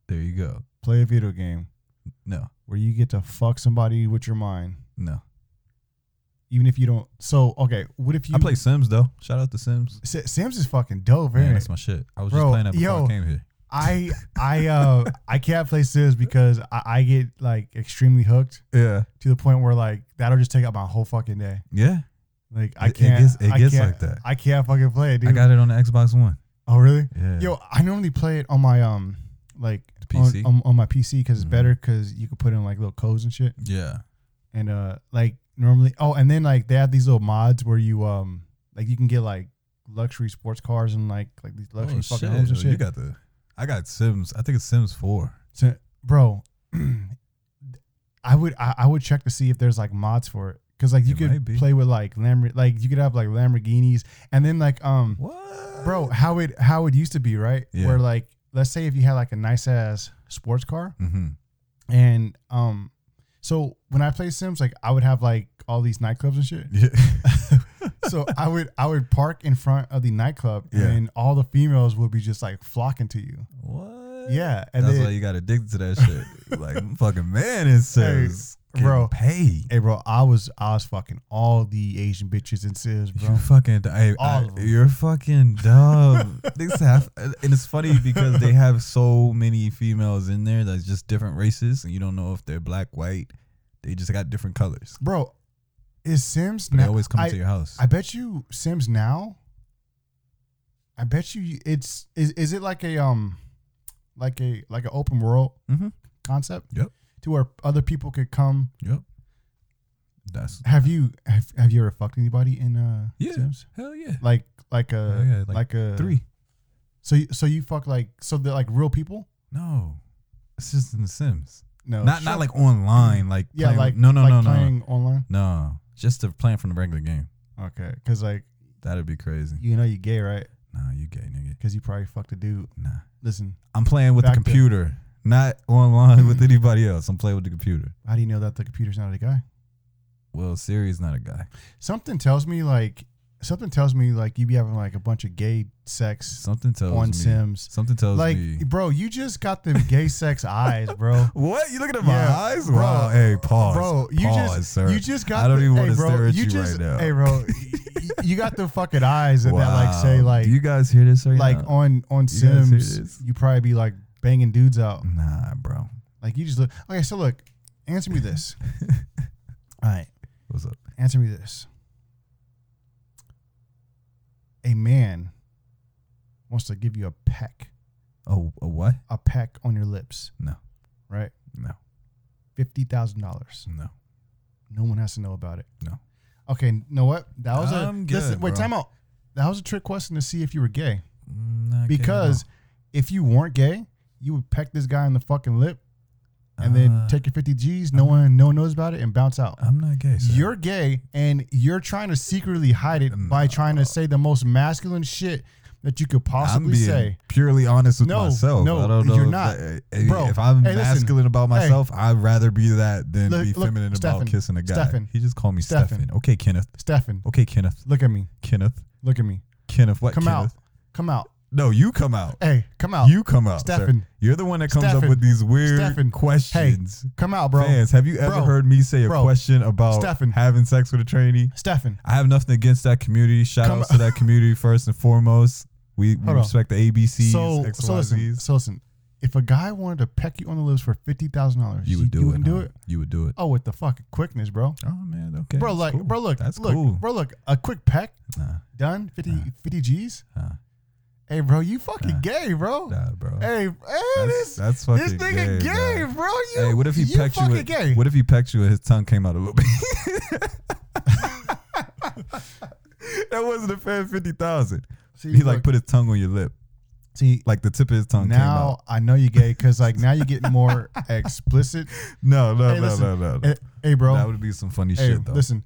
[SPEAKER 2] There you go.
[SPEAKER 1] play a video game
[SPEAKER 2] No,
[SPEAKER 1] where you get to fuck somebody with your mind,
[SPEAKER 2] no.
[SPEAKER 1] even if you don't? So, okay, what if you
[SPEAKER 2] I play Sims though. Shout out to Sims.
[SPEAKER 1] S- Sims is fucking dope,
[SPEAKER 2] Man,
[SPEAKER 1] man.
[SPEAKER 2] that's my shit. I was
[SPEAKER 1] Bro,
[SPEAKER 2] just playing that before
[SPEAKER 1] yo.
[SPEAKER 2] I came here.
[SPEAKER 1] I I uh I can't play Sims because I, I get like extremely hooked
[SPEAKER 2] Yeah.
[SPEAKER 1] to the point where like that'll just take up my whole fucking day.
[SPEAKER 2] Yeah,
[SPEAKER 1] Like I
[SPEAKER 2] It- it
[SPEAKER 1] can't.
[SPEAKER 2] gets- it
[SPEAKER 1] I
[SPEAKER 2] gets
[SPEAKER 1] can't-
[SPEAKER 2] like that.
[SPEAKER 1] I can't fucking play it, dude.
[SPEAKER 2] I got it on the Xbox One.
[SPEAKER 1] oh really?
[SPEAKER 2] Yeah,
[SPEAKER 1] Yo, I normally play it on my um like
[SPEAKER 2] The
[SPEAKER 1] on-
[SPEAKER 2] PC?
[SPEAKER 1] on, on my PC because it's
[SPEAKER 2] Mhm.
[SPEAKER 1] better because you can put in like little codes and shit
[SPEAKER 2] yeah,
[SPEAKER 1] and uh like normally oh and then like they have these little mods where you um like you can get like luxury sports cars and like like these luxury fucking homes and
[SPEAKER 2] Oh,
[SPEAKER 1] shit.
[SPEAKER 2] You got the, I got Sims. I think it's Sims Four.
[SPEAKER 1] So, bro, [clears throat] I would I, I would check to see if there's like mods for it because like you
[SPEAKER 2] It might
[SPEAKER 1] could
[SPEAKER 2] be.
[SPEAKER 1] play with like Lamborg like you could have like Lamborghinis and then like um
[SPEAKER 2] What,
[SPEAKER 1] bro how it how it used to be right
[SPEAKER 2] Yeah.
[SPEAKER 1] where like let's say if you had like a nice ass sports car
[SPEAKER 2] Mm-hmm.
[SPEAKER 1] and um so when I play Sims like I would have like all these nightclubs and
[SPEAKER 2] [laughs]
[SPEAKER 1] shit
[SPEAKER 2] Yeah, [laughs]
[SPEAKER 1] so I would I would park in front of the nightclub
[SPEAKER 2] Yeah.
[SPEAKER 1] and all the females would be just like flocking to you
[SPEAKER 2] what?
[SPEAKER 1] yeah and
[SPEAKER 2] that's
[SPEAKER 1] then [laughs]
[SPEAKER 2] why you got addicted to that shit. like I'm fucking man, it's Sims. getting
[SPEAKER 1] Bro.
[SPEAKER 2] paid.
[SPEAKER 1] Hey, bro, I was I was fucking all the Asian bitches and sis,
[SPEAKER 2] You
[SPEAKER 1] bro.
[SPEAKER 2] fucking, d- I,
[SPEAKER 1] All
[SPEAKER 2] I-
[SPEAKER 1] of 'em.
[SPEAKER 2] you're fucking
[SPEAKER 1] [laughs]
[SPEAKER 2] dumb. Niggas have, and it's funny because they have so many females in there that's just different races, and you don't know if they're black, white. They just got different colors.
[SPEAKER 1] Bro, is Sims
[SPEAKER 2] But
[SPEAKER 1] now?
[SPEAKER 2] they always come
[SPEAKER 1] I,
[SPEAKER 2] to your house.
[SPEAKER 1] I bet you Sims now. I bet you it's is is it like a um, like a like an open world
[SPEAKER 2] mm-hmm.
[SPEAKER 1] concept?
[SPEAKER 2] Yep.
[SPEAKER 1] To where other people could come.
[SPEAKER 2] Yep. That's
[SPEAKER 1] Have you have, have you ever fucked anybody in uh
[SPEAKER 2] Yeah.
[SPEAKER 1] Sims?
[SPEAKER 2] hell yeah.
[SPEAKER 1] Like like a
[SPEAKER 2] Hell yeah,
[SPEAKER 1] like,
[SPEAKER 2] like
[SPEAKER 1] a
[SPEAKER 2] Three.
[SPEAKER 1] So you, so you fuck like so they're like real people?
[SPEAKER 2] No, it's just in The Sims.
[SPEAKER 1] No,
[SPEAKER 2] not
[SPEAKER 1] Oh, Sure.
[SPEAKER 2] not like online. Like
[SPEAKER 1] yeah,
[SPEAKER 2] playing-
[SPEAKER 1] like
[SPEAKER 2] no no
[SPEAKER 1] like
[SPEAKER 2] no no
[SPEAKER 1] playing online.
[SPEAKER 2] no. Just to playing from the regular game.
[SPEAKER 1] Okay, because like
[SPEAKER 2] That'd be crazy.
[SPEAKER 1] you know you gay right?
[SPEAKER 2] Nah, you gay nigga.
[SPEAKER 1] Because you probably fucked a dude.
[SPEAKER 2] Nah.
[SPEAKER 1] Listen,
[SPEAKER 2] I'm playing with
[SPEAKER 1] Back Mm. to-
[SPEAKER 2] the computer, not online with anybody else. I'm playing with the computer.
[SPEAKER 1] how do you know that the computer's not a guy?
[SPEAKER 2] Well, Siri's not a guy.
[SPEAKER 1] Something tells me like something tells me like you be having like a bunch of gay sex
[SPEAKER 2] Something tells
[SPEAKER 1] on
[SPEAKER 2] me.
[SPEAKER 1] Sims.
[SPEAKER 2] Something tells
[SPEAKER 1] Like,
[SPEAKER 2] me.
[SPEAKER 1] bro, you just got the gay
[SPEAKER 2] [laughs]
[SPEAKER 1] sex eyes, bro.
[SPEAKER 2] What? You looking at
[SPEAKER 1] Yeah, bro.
[SPEAKER 2] wow. Hey, pause.
[SPEAKER 1] Bro, you
[SPEAKER 2] pause,
[SPEAKER 1] just
[SPEAKER 2] sir.
[SPEAKER 1] you just got.
[SPEAKER 2] I don't
[SPEAKER 1] the-
[SPEAKER 2] even
[SPEAKER 1] hey,
[SPEAKER 2] wanna
[SPEAKER 1] bro,
[SPEAKER 2] stare at you
[SPEAKER 1] just,
[SPEAKER 2] right now.
[SPEAKER 1] Hey,
[SPEAKER 2] [laughs]
[SPEAKER 1] bro, y- you got the fucking eyes and that like say
[SPEAKER 2] Wow.
[SPEAKER 1] like
[SPEAKER 2] Do you guys hear this right
[SPEAKER 1] like
[SPEAKER 2] now?
[SPEAKER 1] on on
[SPEAKER 2] You guys hear
[SPEAKER 1] Sims,
[SPEAKER 2] this?
[SPEAKER 1] you probably be like banging dudes out.
[SPEAKER 2] nah, bro.
[SPEAKER 1] Like you just look. Okay, so look, answer me
[SPEAKER 2] [laughs]
[SPEAKER 1] this. All right,
[SPEAKER 2] What's up?
[SPEAKER 1] answer me this. A man wants to give you a peck,
[SPEAKER 2] Oh, a what?
[SPEAKER 1] a peck on your lips,
[SPEAKER 2] No,
[SPEAKER 1] right?
[SPEAKER 2] no,
[SPEAKER 1] Fifty thousand dollars.
[SPEAKER 2] no.
[SPEAKER 1] No one has to know about it.
[SPEAKER 2] No.
[SPEAKER 1] Okay, you know what? That was a
[SPEAKER 2] I'm
[SPEAKER 1] listen,
[SPEAKER 2] good,
[SPEAKER 1] wait.
[SPEAKER 2] bro.
[SPEAKER 1] Time out. That was a trick question to see if you were gay.
[SPEAKER 2] Mm, Not gay at
[SPEAKER 1] Because if you weren't gay, you would peck this guy in the fucking lip
[SPEAKER 2] all.
[SPEAKER 1] and then
[SPEAKER 2] Uh,
[SPEAKER 1] take your 50 G's. No one, no one knows about it, and bounce out.
[SPEAKER 2] I'm not gay. Sir.
[SPEAKER 1] You're gay, and you're trying to secretly hide it by trying to say the most masculine shit that you could
[SPEAKER 2] I'm
[SPEAKER 1] possibly
[SPEAKER 2] being
[SPEAKER 1] say.
[SPEAKER 2] purely honest with
[SPEAKER 1] No,
[SPEAKER 2] myself.
[SPEAKER 1] no,
[SPEAKER 2] I don't know
[SPEAKER 1] you're
[SPEAKER 2] if
[SPEAKER 1] not.
[SPEAKER 2] I- I-
[SPEAKER 1] Bro,
[SPEAKER 2] if I'm
[SPEAKER 1] hey, listen.
[SPEAKER 2] masculine about
[SPEAKER 1] Hey.
[SPEAKER 2] myself, I'd rather be that than
[SPEAKER 1] Look-
[SPEAKER 2] be
[SPEAKER 1] look,
[SPEAKER 2] feminine about
[SPEAKER 1] Stefan,
[SPEAKER 2] kissing a guy.
[SPEAKER 1] Stefan,
[SPEAKER 2] He just called me
[SPEAKER 1] Stefan.
[SPEAKER 2] Stefan. Okay, Kenneth.
[SPEAKER 1] Stefan,
[SPEAKER 2] Okay, Kenneth.
[SPEAKER 1] look at me.
[SPEAKER 2] Kenneth.
[SPEAKER 1] Look at me.
[SPEAKER 2] Kenneth. What?
[SPEAKER 1] Come out.
[SPEAKER 2] Kenneth?
[SPEAKER 1] Come out.
[SPEAKER 2] No, you come out.
[SPEAKER 1] Hey, come out.
[SPEAKER 2] You come out. sir.
[SPEAKER 1] Stefan.
[SPEAKER 2] You're the one that comes
[SPEAKER 1] Stefan.
[SPEAKER 2] up with these weird
[SPEAKER 1] Stefan.
[SPEAKER 2] questions.
[SPEAKER 1] Come out, bro.
[SPEAKER 2] Fans, have you ever
[SPEAKER 1] Bro.
[SPEAKER 2] heard me say a
[SPEAKER 1] Bro.
[SPEAKER 2] question about
[SPEAKER 1] Stefan.
[SPEAKER 2] having sex with a trainee?
[SPEAKER 1] Stefan,
[SPEAKER 2] I have nothing against that community. Shout
[SPEAKER 1] Come
[SPEAKER 2] outs
[SPEAKER 1] [laughs]
[SPEAKER 2] to that community first and foremost. We, we
[SPEAKER 1] Hold on.
[SPEAKER 2] respect the ABCs,
[SPEAKER 1] so
[SPEAKER 2] XYZs.
[SPEAKER 1] so listen, so listen. If a guy wanted to peck you on the lips for fifty thousand dollars,
[SPEAKER 2] You would do
[SPEAKER 1] you
[SPEAKER 2] it.
[SPEAKER 1] wouldn't do
[SPEAKER 2] huh?
[SPEAKER 1] it.
[SPEAKER 2] You would do it.
[SPEAKER 1] Oh, with the fucking quickness, bro.
[SPEAKER 2] Oh man, okay.
[SPEAKER 1] Bro,
[SPEAKER 2] that's
[SPEAKER 1] like,
[SPEAKER 2] cool.
[SPEAKER 1] bro, look,
[SPEAKER 2] that's
[SPEAKER 1] look,
[SPEAKER 2] cool.
[SPEAKER 1] bro, look. A quick peck,
[SPEAKER 2] Nah,
[SPEAKER 1] done. 50, 50 G's.
[SPEAKER 2] nah,
[SPEAKER 1] Hey, bro, you fucking
[SPEAKER 2] Nah.
[SPEAKER 1] gay, bro.
[SPEAKER 2] nah, bro.
[SPEAKER 1] Hey, hey,
[SPEAKER 2] that's,
[SPEAKER 1] this
[SPEAKER 2] that's
[SPEAKER 1] this
[SPEAKER 2] fucking
[SPEAKER 1] nigga
[SPEAKER 2] gay,
[SPEAKER 1] gay,
[SPEAKER 2] dog.
[SPEAKER 1] bro. You,
[SPEAKER 2] hey, what if he
[SPEAKER 1] you
[SPEAKER 2] pecked you?
[SPEAKER 1] fucking
[SPEAKER 2] With,
[SPEAKER 1] gay?
[SPEAKER 2] What if he pecked you and his tongue came out a little bit? [laughs] that wasn't a fair fifty thousand.
[SPEAKER 1] see,
[SPEAKER 2] He
[SPEAKER 1] look,
[SPEAKER 2] like put his tongue on your lip,
[SPEAKER 1] see
[SPEAKER 2] like the tip of his tongue came out.
[SPEAKER 1] now I know you gay because like now you get
[SPEAKER 2] [laughs]
[SPEAKER 1] more explicit.
[SPEAKER 2] No, no,
[SPEAKER 1] Hey,
[SPEAKER 2] no,
[SPEAKER 1] listen,
[SPEAKER 2] no, no, no.
[SPEAKER 1] Hey, hey, bro.
[SPEAKER 2] That would be some funny
[SPEAKER 1] hey,
[SPEAKER 2] shit though.
[SPEAKER 1] listen.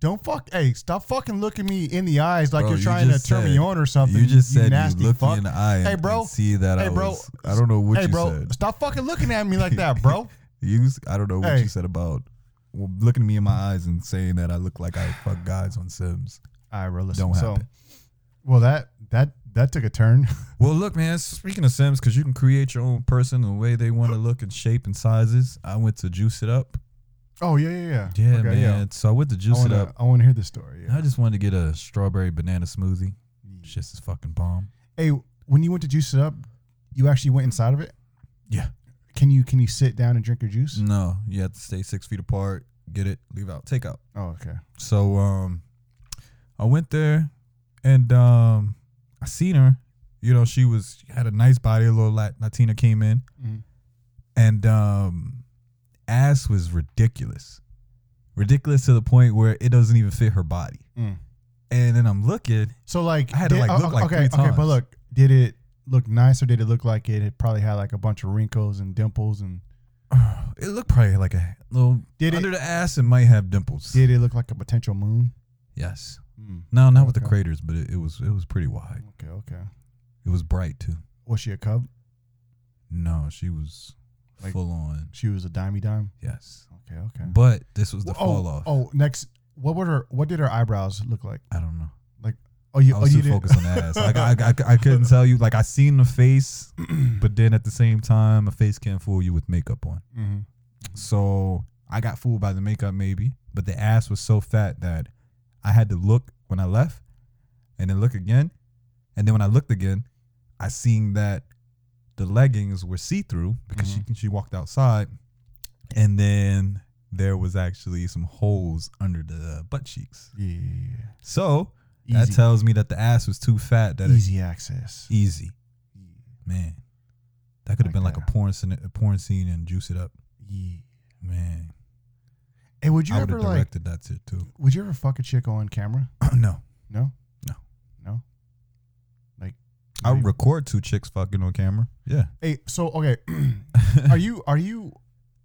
[SPEAKER 1] Don't fuck. Hey, stop fucking looking me in the eyes like
[SPEAKER 2] Bro,
[SPEAKER 1] you're
[SPEAKER 2] you
[SPEAKER 1] trying to
[SPEAKER 2] just
[SPEAKER 1] turn me
[SPEAKER 2] said-
[SPEAKER 1] on or something.
[SPEAKER 2] you just said
[SPEAKER 1] nasty
[SPEAKER 2] you looked
[SPEAKER 1] fuck.
[SPEAKER 2] me in the eye and,
[SPEAKER 1] Hey, bro.
[SPEAKER 2] and see that
[SPEAKER 1] Hey,
[SPEAKER 2] I
[SPEAKER 1] bro.
[SPEAKER 2] was. I don't know what
[SPEAKER 1] hey,
[SPEAKER 2] you
[SPEAKER 1] bro,
[SPEAKER 2] said.
[SPEAKER 1] stop fucking looking at me like that,
[SPEAKER 2] [laughs]
[SPEAKER 1] bro.
[SPEAKER 2] You, s- I don't know what
[SPEAKER 1] Hey.
[SPEAKER 2] you said about well, looking me in my eyes and saying that I look like I fuck guys on Sims.
[SPEAKER 1] All right, bro. Listen.
[SPEAKER 2] Don't
[SPEAKER 1] so,
[SPEAKER 2] happen.
[SPEAKER 1] well, that that that took a turn. [laughs]
[SPEAKER 2] Well, look, man. Speaking of Sims, because you can create your own person the way they want to look and shape and sizes. I went to juice it up.
[SPEAKER 1] oh yeah, yeah, yeah.
[SPEAKER 2] Yeah,
[SPEAKER 1] Okay,
[SPEAKER 2] man. So I went to
[SPEAKER 1] I
[SPEAKER 2] juice it
[SPEAKER 1] wanna,
[SPEAKER 2] up.
[SPEAKER 1] I wanna hear this story.
[SPEAKER 2] and I
[SPEAKER 1] Yeah.
[SPEAKER 2] just wanted to get a strawberry banana smoothie. Shit's is fucking bomb.
[SPEAKER 1] Hey, when you went to juice it up, you actually went inside of it.
[SPEAKER 2] Yeah. Mm.
[SPEAKER 1] Can you can you sit down and drink your juice?
[SPEAKER 2] No, you have to stay six feet apart. Get it, leave out, take out.
[SPEAKER 1] Oh, okay.
[SPEAKER 2] So um I went there and um I seen her. You know, she was she had a nice body, a little Lat- Latina came in
[SPEAKER 1] Mhm.
[SPEAKER 2] and um ass was ridiculous. Ridiculous to the point where it doesn't even fit her body.
[SPEAKER 1] Mm.
[SPEAKER 2] And then I'm looking, [sighs]
[SPEAKER 1] So like, oh,
[SPEAKER 2] I had to, like, look like
[SPEAKER 1] okay,
[SPEAKER 2] three
[SPEAKER 1] okay, but
[SPEAKER 2] times.
[SPEAKER 1] look, did it look nice or did it look like it had probably had like a bunch of wrinkles and dimples and
[SPEAKER 2] it looked probably like a little
[SPEAKER 1] Did it-
[SPEAKER 2] under the ass it might have dimples.
[SPEAKER 1] did it look like a potential moon?
[SPEAKER 2] yes.
[SPEAKER 1] Mm.
[SPEAKER 2] No, not with the
[SPEAKER 1] Okay.
[SPEAKER 2] craters, but it, it was it was pretty wide.
[SPEAKER 1] Okay, okay.
[SPEAKER 2] It was bright too.
[SPEAKER 1] Was she a cub?
[SPEAKER 2] No, she was
[SPEAKER 1] Like-
[SPEAKER 2] full on.
[SPEAKER 1] She was a dimey dime.
[SPEAKER 2] Yes.
[SPEAKER 1] Okay, okay.
[SPEAKER 2] But this was the
[SPEAKER 1] oh,
[SPEAKER 2] fall off.
[SPEAKER 1] Oh, next, what were her? What did her eyebrows look like?
[SPEAKER 2] I don't know.
[SPEAKER 1] Oh, you,
[SPEAKER 2] I
[SPEAKER 1] oh,
[SPEAKER 2] was
[SPEAKER 1] you
[SPEAKER 2] too
[SPEAKER 1] did.
[SPEAKER 2] focused on the ass. Like I,
[SPEAKER 1] [laughs]
[SPEAKER 2] I, I couldn't tell you. Like I seen
[SPEAKER 1] [clears throat]
[SPEAKER 2] the face,
[SPEAKER 1] Mm-hmm.
[SPEAKER 2] but then at the same time, a face can't fool you with makeup on.
[SPEAKER 1] Mhm.
[SPEAKER 2] So I got fooled by the makeup maybe, but the ass was so fat that I had to look when I left and then look again. And then when I looked again, I seen that the leggings were see through because
[SPEAKER 1] Mm-hmm.
[SPEAKER 2] she she walked outside, and then there was actually some holes under the butt cheeks.
[SPEAKER 1] Yeah.
[SPEAKER 2] So that
[SPEAKER 1] Easy,
[SPEAKER 2] tells me that the ass was too fat. That it's
[SPEAKER 1] easy access.
[SPEAKER 2] easy, man. That could have
[SPEAKER 1] Like
[SPEAKER 2] been like
[SPEAKER 1] that.
[SPEAKER 2] a porn scene, a porn scene, and juice it up,
[SPEAKER 1] Yeah.
[SPEAKER 2] man.
[SPEAKER 1] Hey, would you
[SPEAKER 2] I would
[SPEAKER 1] ever
[SPEAKER 2] have
[SPEAKER 1] like?
[SPEAKER 2] directed that shit too. [clears throat]
[SPEAKER 1] Would you ever fuck a chick on camera?
[SPEAKER 2] no,
[SPEAKER 1] No.
[SPEAKER 2] No.
[SPEAKER 1] No. Like.
[SPEAKER 2] I
[SPEAKER 1] maybe-
[SPEAKER 2] would record two chicks fucking on camera. Yeah,
[SPEAKER 1] Hey, so okay, [clears throat] are you are you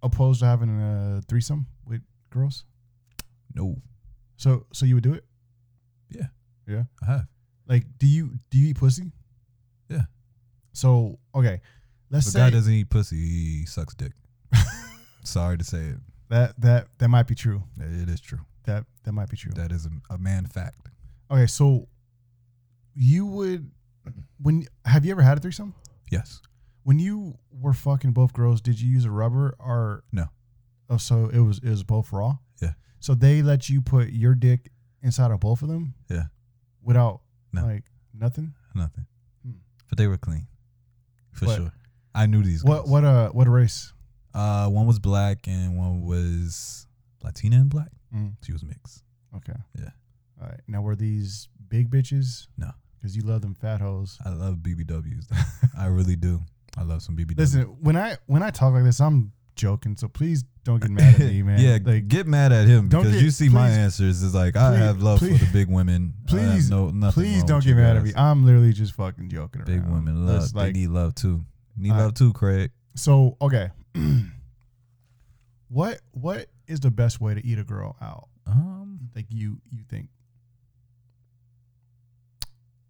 [SPEAKER 1] opposed to having a threesome with girls?
[SPEAKER 2] [laughs] no,
[SPEAKER 1] So so you would do it?
[SPEAKER 2] I have.
[SPEAKER 1] Like, do you do you eat pussy?
[SPEAKER 2] Yeah.
[SPEAKER 1] So okay, let's
[SPEAKER 2] The
[SPEAKER 1] say
[SPEAKER 2] guy doesn't eat pussy. He
[SPEAKER 1] [laughs]
[SPEAKER 2] sucks dick. Sorry to say it.
[SPEAKER 1] that that that might be true.
[SPEAKER 2] It is true.
[SPEAKER 1] That that might be true.
[SPEAKER 2] That is a, a man fact.
[SPEAKER 1] Okay, so you would when have you ever had a threesome?
[SPEAKER 2] Yes.
[SPEAKER 1] When you were fucking both girls, did you use a rubber or
[SPEAKER 2] No.
[SPEAKER 1] Oh, so it was it was both raw.
[SPEAKER 2] Yeah.
[SPEAKER 1] So they let you put your dick inside of both of them.
[SPEAKER 2] Yeah.
[SPEAKER 1] Without
[SPEAKER 2] No.
[SPEAKER 1] like nothing.
[SPEAKER 2] Nothing.
[SPEAKER 1] Hmm.
[SPEAKER 2] But they were clean. For
[SPEAKER 1] What-
[SPEAKER 2] sure. I knew these
[SPEAKER 1] What
[SPEAKER 2] girls.
[SPEAKER 1] what uh what a race?
[SPEAKER 2] Uh, one was black and one was Latina and black.
[SPEAKER 1] Mm.
[SPEAKER 2] She was mixed.
[SPEAKER 1] Okay.
[SPEAKER 2] Yeah.
[SPEAKER 1] All right. Now were these big bitches?
[SPEAKER 2] No.
[SPEAKER 1] Because you love them fat hoes.
[SPEAKER 2] I love BBWs. I really do. I love some BBWs.
[SPEAKER 1] Listen, when I when I talk like this, I'm joking. So please don't get mad at
[SPEAKER 2] [laughs]
[SPEAKER 1] me, man.
[SPEAKER 2] yeah,
[SPEAKER 1] Like
[SPEAKER 2] get mad at him
[SPEAKER 1] Don't
[SPEAKER 2] because
[SPEAKER 1] get-
[SPEAKER 2] you see my
[SPEAKER 1] please-
[SPEAKER 2] answers is like I
[SPEAKER 1] please-
[SPEAKER 2] have love
[SPEAKER 1] please-
[SPEAKER 2] for the big women. I have
[SPEAKER 1] please-
[SPEAKER 2] no, nothing
[SPEAKER 1] please
[SPEAKER 2] wrong
[SPEAKER 1] don't
[SPEAKER 2] with
[SPEAKER 1] get
[SPEAKER 2] you
[SPEAKER 1] mad at me.
[SPEAKER 2] guys.
[SPEAKER 1] I'm literally just fucking joking around.
[SPEAKER 2] Big women
[SPEAKER 1] That's
[SPEAKER 2] love.
[SPEAKER 1] Like,
[SPEAKER 2] they need love too. Need
[SPEAKER 1] I-
[SPEAKER 2] love too, Craig.
[SPEAKER 1] so okay. [clears throat] what what is the best way to eat a girl out?
[SPEAKER 2] Um,
[SPEAKER 1] Like you you think?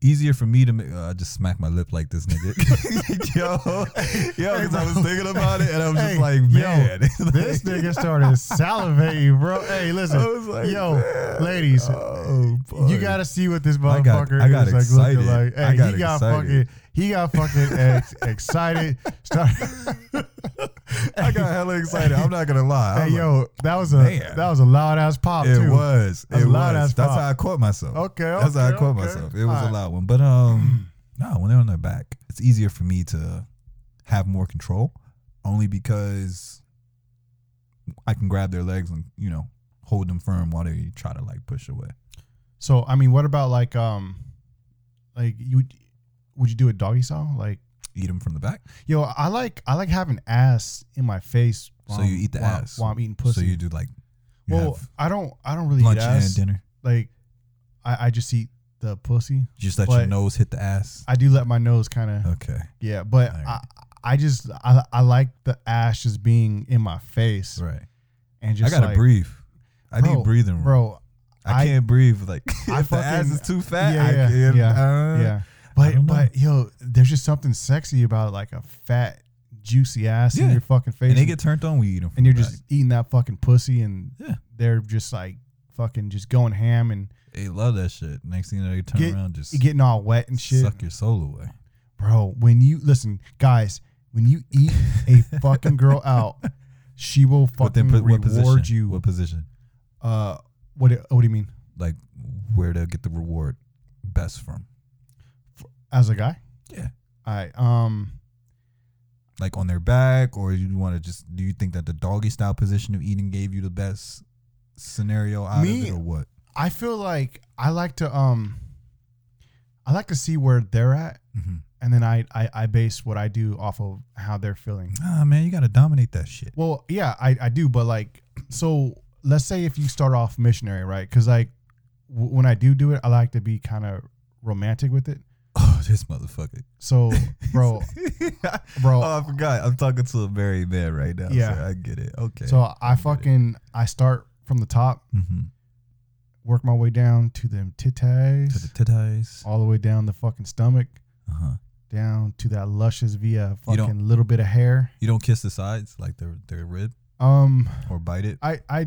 [SPEAKER 2] easier for me to make. Uh, I just smack my lip like this, nigga. [laughs] yo,
[SPEAKER 1] [laughs]
[SPEAKER 2] yo,
[SPEAKER 1] Hey,
[SPEAKER 2] because I was
[SPEAKER 1] bro.
[SPEAKER 2] thinking about it and I was
[SPEAKER 1] Hey,
[SPEAKER 2] just like,
[SPEAKER 1] yo,
[SPEAKER 2] man, [laughs]
[SPEAKER 1] This nigga started salivating, bro. Hey, listen.
[SPEAKER 2] I was like,
[SPEAKER 1] yo,
[SPEAKER 2] man,
[SPEAKER 1] ladies,
[SPEAKER 2] oh, boy.
[SPEAKER 1] You gotta see what this
[SPEAKER 2] I got-
[SPEAKER 1] motherfucker
[SPEAKER 2] I got
[SPEAKER 1] is like
[SPEAKER 2] excited.
[SPEAKER 1] looking like. Hey,
[SPEAKER 2] I got
[SPEAKER 1] he got
[SPEAKER 2] excited.
[SPEAKER 1] fucking he got fucking ex- excited. Start,
[SPEAKER 2] [laughs] [laughs] I got hella excited. I'm not gonna
[SPEAKER 1] [laughs]
[SPEAKER 2] lie.
[SPEAKER 1] hey
[SPEAKER 2] I'm like,
[SPEAKER 1] yo, that was a
[SPEAKER 2] Man.
[SPEAKER 1] that was a loud ass pop
[SPEAKER 2] it
[SPEAKER 1] too.
[SPEAKER 2] was.
[SPEAKER 1] That's
[SPEAKER 2] it
[SPEAKER 1] a loud
[SPEAKER 2] was.
[SPEAKER 1] ass
[SPEAKER 2] That's
[SPEAKER 1] pop.
[SPEAKER 2] how I caught myself.
[SPEAKER 1] Okay,
[SPEAKER 2] That's how I
[SPEAKER 1] okay, Hmm.
[SPEAKER 2] caught
[SPEAKER 1] okay.
[SPEAKER 2] myself. It was a
[SPEAKER 1] Alright.
[SPEAKER 2] loud one, but um, nah, when they're on their back, it's easier for me to have more control, only because I can grab their legs and you know hold them firm while they try to like push away.
[SPEAKER 1] So I mean, what about like um, like you would would you do a doggy style? Like
[SPEAKER 2] Eat them from the back,
[SPEAKER 1] yo, I like I like having ass in my face.
[SPEAKER 2] So
[SPEAKER 1] while
[SPEAKER 2] you eat the
[SPEAKER 1] while-
[SPEAKER 2] ass.
[SPEAKER 1] while I'm eating pussy.
[SPEAKER 2] so you do like you
[SPEAKER 1] well,
[SPEAKER 2] have
[SPEAKER 1] I don't I don't really
[SPEAKER 2] lunch
[SPEAKER 1] eat ass.
[SPEAKER 2] and dinner.
[SPEAKER 1] Like I I just eat the pussy.
[SPEAKER 2] Just let your
[SPEAKER 1] But-
[SPEAKER 2] nose hit the ass.
[SPEAKER 1] I do let my nose kind of
[SPEAKER 2] Okay,
[SPEAKER 1] Yeah, but
[SPEAKER 2] All
[SPEAKER 1] I,
[SPEAKER 2] right.
[SPEAKER 1] I just I, I like the ash just being in my face
[SPEAKER 2] right.
[SPEAKER 1] and just
[SPEAKER 2] I gotta
[SPEAKER 1] like,
[SPEAKER 2] breathe. I
[SPEAKER 1] Bro,
[SPEAKER 2] need breathing room.
[SPEAKER 1] bro.
[SPEAKER 2] I,
[SPEAKER 1] I-
[SPEAKER 2] can't breathe. Like
[SPEAKER 1] [laughs] I
[SPEAKER 2] if [laughs] the ass
[SPEAKER 1] fucking-
[SPEAKER 2] is too fat,
[SPEAKER 1] yeah,
[SPEAKER 2] I
[SPEAKER 1] yeah,
[SPEAKER 2] can't.
[SPEAKER 1] yeah,
[SPEAKER 2] uh,
[SPEAKER 1] yeah, but
[SPEAKER 2] don't know.
[SPEAKER 1] but yo, there's just something sexy about like a fat juicy ass in
[SPEAKER 2] Yeah.
[SPEAKER 1] your fucking face,
[SPEAKER 2] And they get turned on when you eat them.
[SPEAKER 1] and you're just eating that fucking pussy, and
[SPEAKER 2] Yeah.
[SPEAKER 1] they're just like fucking just going ham and
[SPEAKER 2] they love that shit. Next thing you know, they turn
[SPEAKER 1] Get-
[SPEAKER 2] around, just
[SPEAKER 1] getting all wet and shit,
[SPEAKER 2] suck your soul away.
[SPEAKER 1] bro. When you listen, guys, when you eat a fucking
[SPEAKER 2] [laughs]
[SPEAKER 1] girl out, she will
[SPEAKER 2] But then
[SPEAKER 1] fucking
[SPEAKER 2] put- what
[SPEAKER 1] reward
[SPEAKER 2] position?
[SPEAKER 1] you.
[SPEAKER 2] What position?
[SPEAKER 1] uh, what do- what do you mean?
[SPEAKER 2] Like where they'll get the reward best from?
[SPEAKER 1] As a guy?
[SPEAKER 2] Yeah.
[SPEAKER 1] All right. Um.
[SPEAKER 2] Like on their back, or you want to just? Do you think that the doggy style position of eating gave you the best scenario out
[SPEAKER 1] Me-
[SPEAKER 2] of it, or what?
[SPEAKER 1] I feel like I like to um. I like to see where they're at,
[SPEAKER 2] Mm-hmm.
[SPEAKER 1] and then I I, I base what I do off of how they're feeling.
[SPEAKER 2] Ah man, you gotta dominate that shit.
[SPEAKER 1] Well, yeah, I I do, but like, so let's say if you start off missionary, right? Because like, w- when I do do it, I like to be kind of romantic with it.
[SPEAKER 2] [laughs] Oh, this motherfucker,
[SPEAKER 1] So, [laughs]
[SPEAKER 2] [laughs]
[SPEAKER 1] bro, bro.
[SPEAKER 2] Oh, I forgot. I'm talking to a married man right now. Yeah,
[SPEAKER 1] Yeah.
[SPEAKER 2] I get it. Okay.
[SPEAKER 1] so uh, I
[SPEAKER 2] get it.
[SPEAKER 1] fucking I start from the top,
[SPEAKER 2] hmm
[SPEAKER 1] work my way down to them
[SPEAKER 2] to
[SPEAKER 1] titties,
[SPEAKER 2] the titties.
[SPEAKER 1] all the way down the fucking stomach.
[SPEAKER 2] Uh huh.
[SPEAKER 1] down to that luscious via
[SPEAKER 2] You don't-
[SPEAKER 1] fucking little bit of hair.
[SPEAKER 2] You don't kiss the sides like their their rib
[SPEAKER 1] Um,
[SPEAKER 2] or bite it.
[SPEAKER 1] I I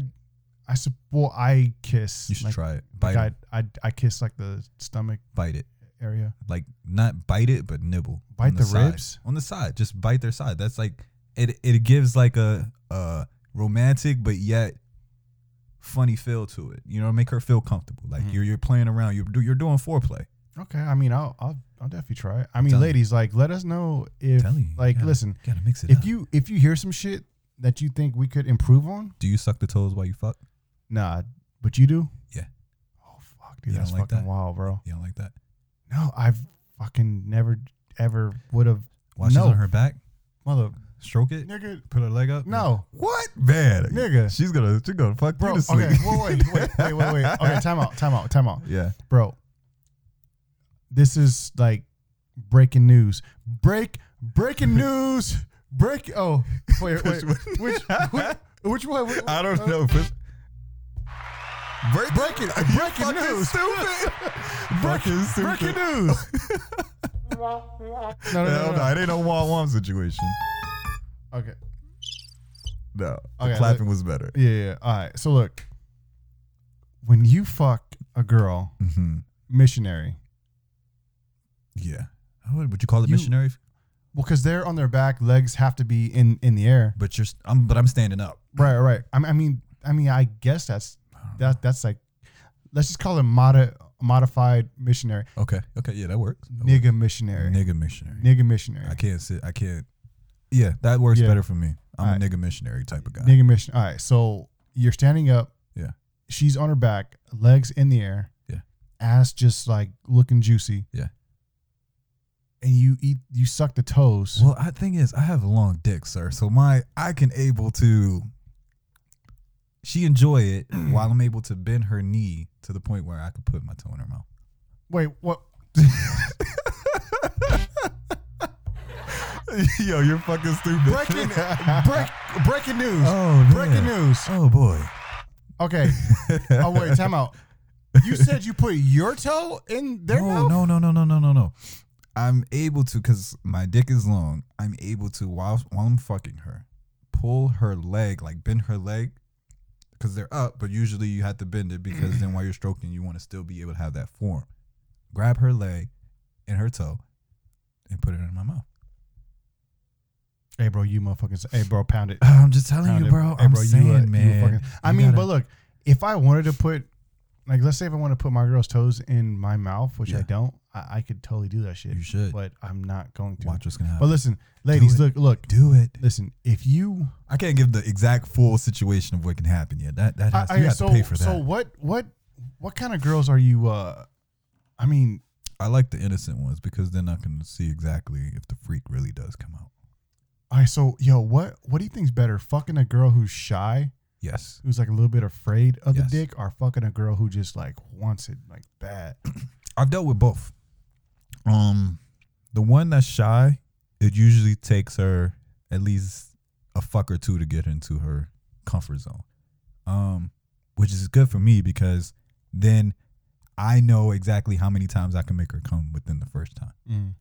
[SPEAKER 1] I sup- well, I kiss.
[SPEAKER 2] You should
[SPEAKER 1] like,
[SPEAKER 2] try it.
[SPEAKER 1] like
[SPEAKER 2] Bite it.
[SPEAKER 1] I, I I kiss like the stomach
[SPEAKER 2] Bite it.
[SPEAKER 1] area.
[SPEAKER 2] Like not bite it, but nibble.
[SPEAKER 1] Bite
[SPEAKER 2] on
[SPEAKER 1] the
[SPEAKER 2] side.
[SPEAKER 1] ribs?
[SPEAKER 2] on the side. Just bite their side. That's like it. It gives like a uh romantic, but yet funny feel to it. You know, make her feel comfortable. Like
[SPEAKER 1] Mhm.
[SPEAKER 2] you're you're playing around. You're do- you're doing foreplay.
[SPEAKER 1] Okay, I mean, I'll I'll, I'll definitely try. it. I mean,
[SPEAKER 2] Tell me.
[SPEAKER 1] ladies, like, let us know if,
[SPEAKER 2] Tell you, you
[SPEAKER 1] like,
[SPEAKER 2] gotta-
[SPEAKER 1] listen,
[SPEAKER 2] gotta mix it
[SPEAKER 1] if
[SPEAKER 2] up.
[SPEAKER 1] you if you hear some shit that you think we could improve on,
[SPEAKER 2] do you suck the toes while you fuck?
[SPEAKER 1] nah, but you do.
[SPEAKER 2] Yeah.
[SPEAKER 1] Oh fuck, dude,
[SPEAKER 2] You don't
[SPEAKER 1] that's
[SPEAKER 2] like
[SPEAKER 1] fucking
[SPEAKER 2] that?
[SPEAKER 1] wild, bro.
[SPEAKER 2] You don't like that?
[SPEAKER 1] No, I've fucking never ever would have
[SPEAKER 2] Watches
[SPEAKER 1] No.
[SPEAKER 2] on her back,
[SPEAKER 1] mother
[SPEAKER 2] stroke it,
[SPEAKER 1] nigga.
[SPEAKER 2] put her leg up.
[SPEAKER 1] No,
[SPEAKER 2] What man,
[SPEAKER 1] Nigga.
[SPEAKER 2] She's gonna she's gonna fuck
[SPEAKER 1] bro.
[SPEAKER 2] you to
[SPEAKER 1] Okay,
[SPEAKER 2] sleep.
[SPEAKER 1] wait, wait, wait, wait, wait,
[SPEAKER 2] [laughs]
[SPEAKER 1] wait. Okay, time out, time out, time out,
[SPEAKER 2] yeah.
[SPEAKER 1] bro. This is like breaking news. Break
[SPEAKER 2] [laughs]
[SPEAKER 1] breaking news. Break. Oh, wait, wait. Which which, which one?
[SPEAKER 2] [laughs]
[SPEAKER 1] Which,
[SPEAKER 2] I don't know. But break,
[SPEAKER 1] Uh, Breaking breaking
[SPEAKER 2] fucking
[SPEAKER 1] news. [laughs]
[SPEAKER 2] Stupid. Fucking stupid.
[SPEAKER 1] Breaking news.
[SPEAKER 2] [laughs]
[SPEAKER 1] no, no,
[SPEAKER 2] Hell
[SPEAKER 1] no,
[SPEAKER 2] no,
[SPEAKER 1] no,
[SPEAKER 2] it ain't no wall one situation.
[SPEAKER 1] Okay.
[SPEAKER 2] No,
[SPEAKER 1] Okay,
[SPEAKER 2] the clapping was better.
[SPEAKER 1] Yeah, yeah. yeah. All right. So look, when you fuck a girl
[SPEAKER 2] Mm-hmm.
[SPEAKER 1] missionary,
[SPEAKER 2] Yeah. How Would would you call it
[SPEAKER 1] You-
[SPEAKER 2] missionary?
[SPEAKER 1] well, because they're on their back, legs have to be in in the air.
[SPEAKER 2] But you're, st- I'm, but I'm standing up.
[SPEAKER 1] Right, right. I mean, I mean, I mean, I guess that's that. That's like, let's just call it modi- modified missionary,
[SPEAKER 2] Okay. Okay. Yeah, that works. That works.
[SPEAKER 1] nigga missionary,
[SPEAKER 2] Nigga missionary.
[SPEAKER 1] nigga missionary,
[SPEAKER 2] I can't sit. I can't. Yeah, that works
[SPEAKER 1] Yeah.
[SPEAKER 2] better for me. I'm
[SPEAKER 1] Alright.
[SPEAKER 2] a nigga missionary type of guy.
[SPEAKER 1] nigga missionary. All right. So you're standing up.
[SPEAKER 2] Yeah.
[SPEAKER 1] She's on her back, legs in the air.
[SPEAKER 2] Yeah.
[SPEAKER 1] Ass just like looking juicy.
[SPEAKER 2] Yeah.
[SPEAKER 1] And you eat, you suck the toes.
[SPEAKER 2] Well, I thing is, I have a long dick, sir. So my, I can able to. She enjoy [clears throat] it while I'm able to bend her knee to the point where I could put my toe in her mouth.
[SPEAKER 1] Wait, what?
[SPEAKER 2] [laughs] Yo, you're fucking stupid. [laughs]
[SPEAKER 1] Breaking, break, breaking news.
[SPEAKER 2] Oh,
[SPEAKER 1] breaking
[SPEAKER 2] man.
[SPEAKER 1] news.
[SPEAKER 2] Oh boy. [laughs]
[SPEAKER 1] Okay. oh wait, time out. You said you put your toe in their
[SPEAKER 2] no,
[SPEAKER 1] mouth.
[SPEAKER 2] no, no, no, no, no, no, no. I'm able to because my dick is long. I'm able to while while I'm fucking her, pull her leg, like bend her leg, because they're up. But usually you have to bend it because then while you're stroking, you want to still be able to have that form. Grab her leg and her toe, and put it in my mouth.
[SPEAKER 1] Hey, bro, you motherfucking. Hey, bro, pound it.
[SPEAKER 2] [clears throat] I'm just telling
[SPEAKER 1] Pound
[SPEAKER 2] you,
[SPEAKER 1] it.
[SPEAKER 2] bro.
[SPEAKER 1] Hey,
[SPEAKER 2] I'm
[SPEAKER 1] bro, you
[SPEAKER 2] saying,
[SPEAKER 1] a- you a
[SPEAKER 2] man.
[SPEAKER 1] fucking- I
[SPEAKER 2] you
[SPEAKER 1] mean,
[SPEAKER 2] gotta-
[SPEAKER 1] but look, if I wanted to put, like, let's say if I want to put my girl's toes in my mouth, which I
[SPEAKER 2] Yeah.
[SPEAKER 1] don't, I, I could totally do that shit.
[SPEAKER 2] you should
[SPEAKER 1] But I'm not going to.
[SPEAKER 2] watch what's gonna
[SPEAKER 1] But
[SPEAKER 2] happen.
[SPEAKER 1] listen, ladies,
[SPEAKER 2] it.
[SPEAKER 1] look, look,
[SPEAKER 2] Do it.
[SPEAKER 1] listen. If you,
[SPEAKER 2] I can't give the exact full situation of what can happen yet. That that has,
[SPEAKER 1] I-
[SPEAKER 2] you
[SPEAKER 1] I-
[SPEAKER 2] have
[SPEAKER 1] so,
[SPEAKER 2] to pay for that.
[SPEAKER 1] so what, what, what kind of girls are you? uh I mean,
[SPEAKER 2] I like the innocent ones because then I can see exactly if the freak really does come out.
[SPEAKER 1] I so yo, what, what do you think's better, fucking a girl who's shy?
[SPEAKER 2] Yes.
[SPEAKER 1] who's like a little bit afraid of
[SPEAKER 2] Yes.
[SPEAKER 1] the dick or fucking a girl who just like wants it like bad.
[SPEAKER 2] I've dealt with both. Um the one that's shy, it usually takes her at least a fuck or two to get into her comfort zone. Um which is good for me because then I know exactly how many times I can make her come within the first time.
[SPEAKER 1] Mm,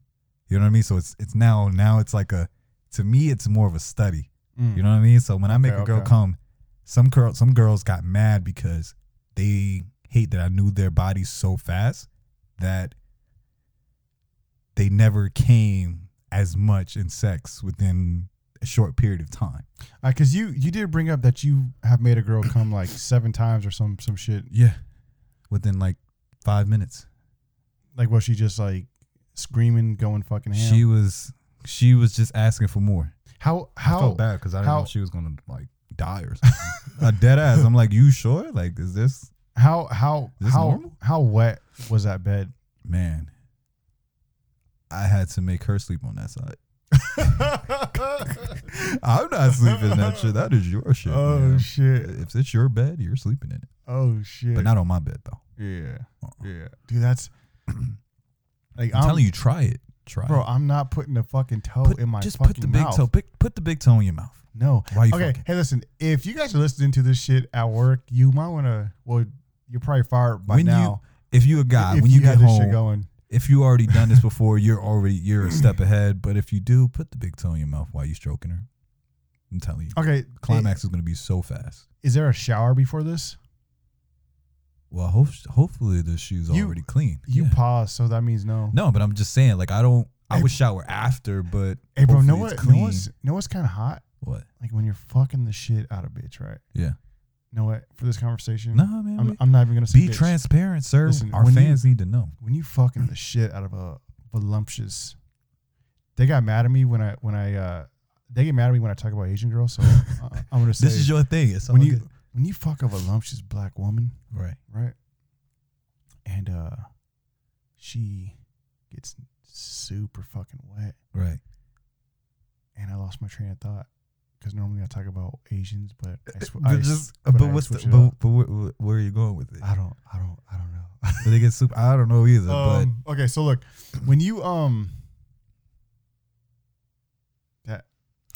[SPEAKER 2] You know what I mean? So it's it's now now it's like a to me it's more of a study.
[SPEAKER 1] mm.
[SPEAKER 2] You know what I mean? So when I make
[SPEAKER 1] Okay,
[SPEAKER 2] a girl
[SPEAKER 1] okay.
[SPEAKER 2] come, some girl some girls got mad because they hate that I knew their bodies so fast that they never came as much in sex within a short period of time.
[SPEAKER 1] Because Uh, you you did bring up that you have made a girl come like seven times or some some shit.
[SPEAKER 2] Yeah. Within like five minutes.
[SPEAKER 1] Like was she just like screaming, going fucking ham?
[SPEAKER 2] She was she was just asking for more.
[SPEAKER 1] how
[SPEAKER 2] I
[SPEAKER 1] how
[SPEAKER 2] felt bad because I didn't know
[SPEAKER 1] how-
[SPEAKER 2] if she was gonna like
[SPEAKER 1] [laughs]
[SPEAKER 2] die or something. a dead ass. I'm like, you sure? Like, is this
[SPEAKER 1] how how
[SPEAKER 2] Is this
[SPEAKER 1] how
[SPEAKER 2] normal?
[SPEAKER 1] how wet was that bed?
[SPEAKER 2] man? I had to make her sleep on
[SPEAKER 1] [laughs]
[SPEAKER 2] that side. I'm not sleeping in that shit. That is your shit.
[SPEAKER 1] oh
[SPEAKER 2] man.
[SPEAKER 1] shit!
[SPEAKER 2] If it's your bed, you're sleeping in it,
[SPEAKER 1] Oh shit!
[SPEAKER 2] but not on my bed though.
[SPEAKER 1] yeah,
[SPEAKER 2] Uh-uh.
[SPEAKER 1] yeah, dude.
[SPEAKER 2] [clears throat]
[SPEAKER 1] That's like
[SPEAKER 2] I'm, telling you, try it. Try,
[SPEAKER 1] bro.
[SPEAKER 2] it.
[SPEAKER 1] I'm not putting a fucking toe
[SPEAKER 2] Put-
[SPEAKER 1] in my
[SPEAKER 2] just
[SPEAKER 1] fucking
[SPEAKER 2] put the big
[SPEAKER 1] mouth.
[SPEAKER 2] toe. Pick, put the big toe in your mouth.
[SPEAKER 1] No.
[SPEAKER 2] Why you
[SPEAKER 1] okay.
[SPEAKER 2] fucking-
[SPEAKER 1] Hey, listen. If you guys are listening to this shit at work, you might want to. Well, you're probably fired by
[SPEAKER 2] When you-
[SPEAKER 1] now.
[SPEAKER 2] If you a guy,
[SPEAKER 1] if
[SPEAKER 2] when you,
[SPEAKER 1] have
[SPEAKER 2] get
[SPEAKER 1] this shit
[SPEAKER 2] home,
[SPEAKER 1] going,
[SPEAKER 2] if you already done this before, you're already you're a step ahead. But if you do, put the big toe in your mouth while you stroking her. I'm telling you,
[SPEAKER 1] okay.
[SPEAKER 2] climax is gonna be so fast.
[SPEAKER 1] Is there a shower before this?
[SPEAKER 2] Well, hope, hopefully the shoes
[SPEAKER 1] You-
[SPEAKER 2] already clean.
[SPEAKER 1] You
[SPEAKER 2] Yeah.
[SPEAKER 1] pause, so that means no.
[SPEAKER 2] no, but I'm just saying, like I don't. I
[SPEAKER 1] Hey-
[SPEAKER 2] would shower after, but
[SPEAKER 1] Hey, bro.
[SPEAKER 2] hopefully
[SPEAKER 1] Know
[SPEAKER 2] it's
[SPEAKER 1] what? Know
[SPEAKER 2] clean.
[SPEAKER 1] what's, know what's kind of hot?
[SPEAKER 2] What?
[SPEAKER 1] Like when you're fucking the shit out of bitch, right?
[SPEAKER 2] Yeah.
[SPEAKER 1] You know what? For this conversation,
[SPEAKER 2] No, man.
[SPEAKER 1] I'm,
[SPEAKER 2] we-
[SPEAKER 1] I'm not even gonna say
[SPEAKER 2] be
[SPEAKER 1] bitch.
[SPEAKER 2] transparent, sir.
[SPEAKER 1] Listen,
[SPEAKER 2] Our
[SPEAKER 1] when you-
[SPEAKER 2] fans need to know.
[SPEAKER 1] when you fucking the shit out of a voluptuous they got mad at me when i when i uh they get mad at me when i talk about asian girls
[SPEAKER 2] [laughs]
[SPEAKER 1] so I, i'm gonna say
[SPEAKER 2] This is your thing. It's all
[SPEAKER 1] when you
[SPEAKER 2] good.
[SPEAKER 1] when you fuck a voluptuous black woman
[SPEAKER 2] right.
[SPEAKER 1] right and uh she gets super fucking wet
[SPEAKER 2] Right.
[SPEAKER 1] and i lost my train of thought because normally i talk about asians but
[SPEAKER 2] [laughs]
[SPEAKER 1] i, sw- I
[SPEAKER 2] But just,
[SPEAKER 1] but
[SPEAKER 2] but
[SPEAKER 1] I
[SPEAKER 2] what's the,
[SPEAKER 1] switch it
[SPEAKER 2] but,
[SPEAKER 1] up.
[SPEAKER 2] but where, where- where are you going with
[SPEAKER 1] [laughs]
[SPEAKER 2] it?
[SPEAKER 1] I don't i don't i don't know
[SPEAKER 2] But they get super. I don't
[SPEAKER 1] [laughs]
[SPEAKER 2] know either.
[SPEAKER 1] Um, okay, so look, when you um, that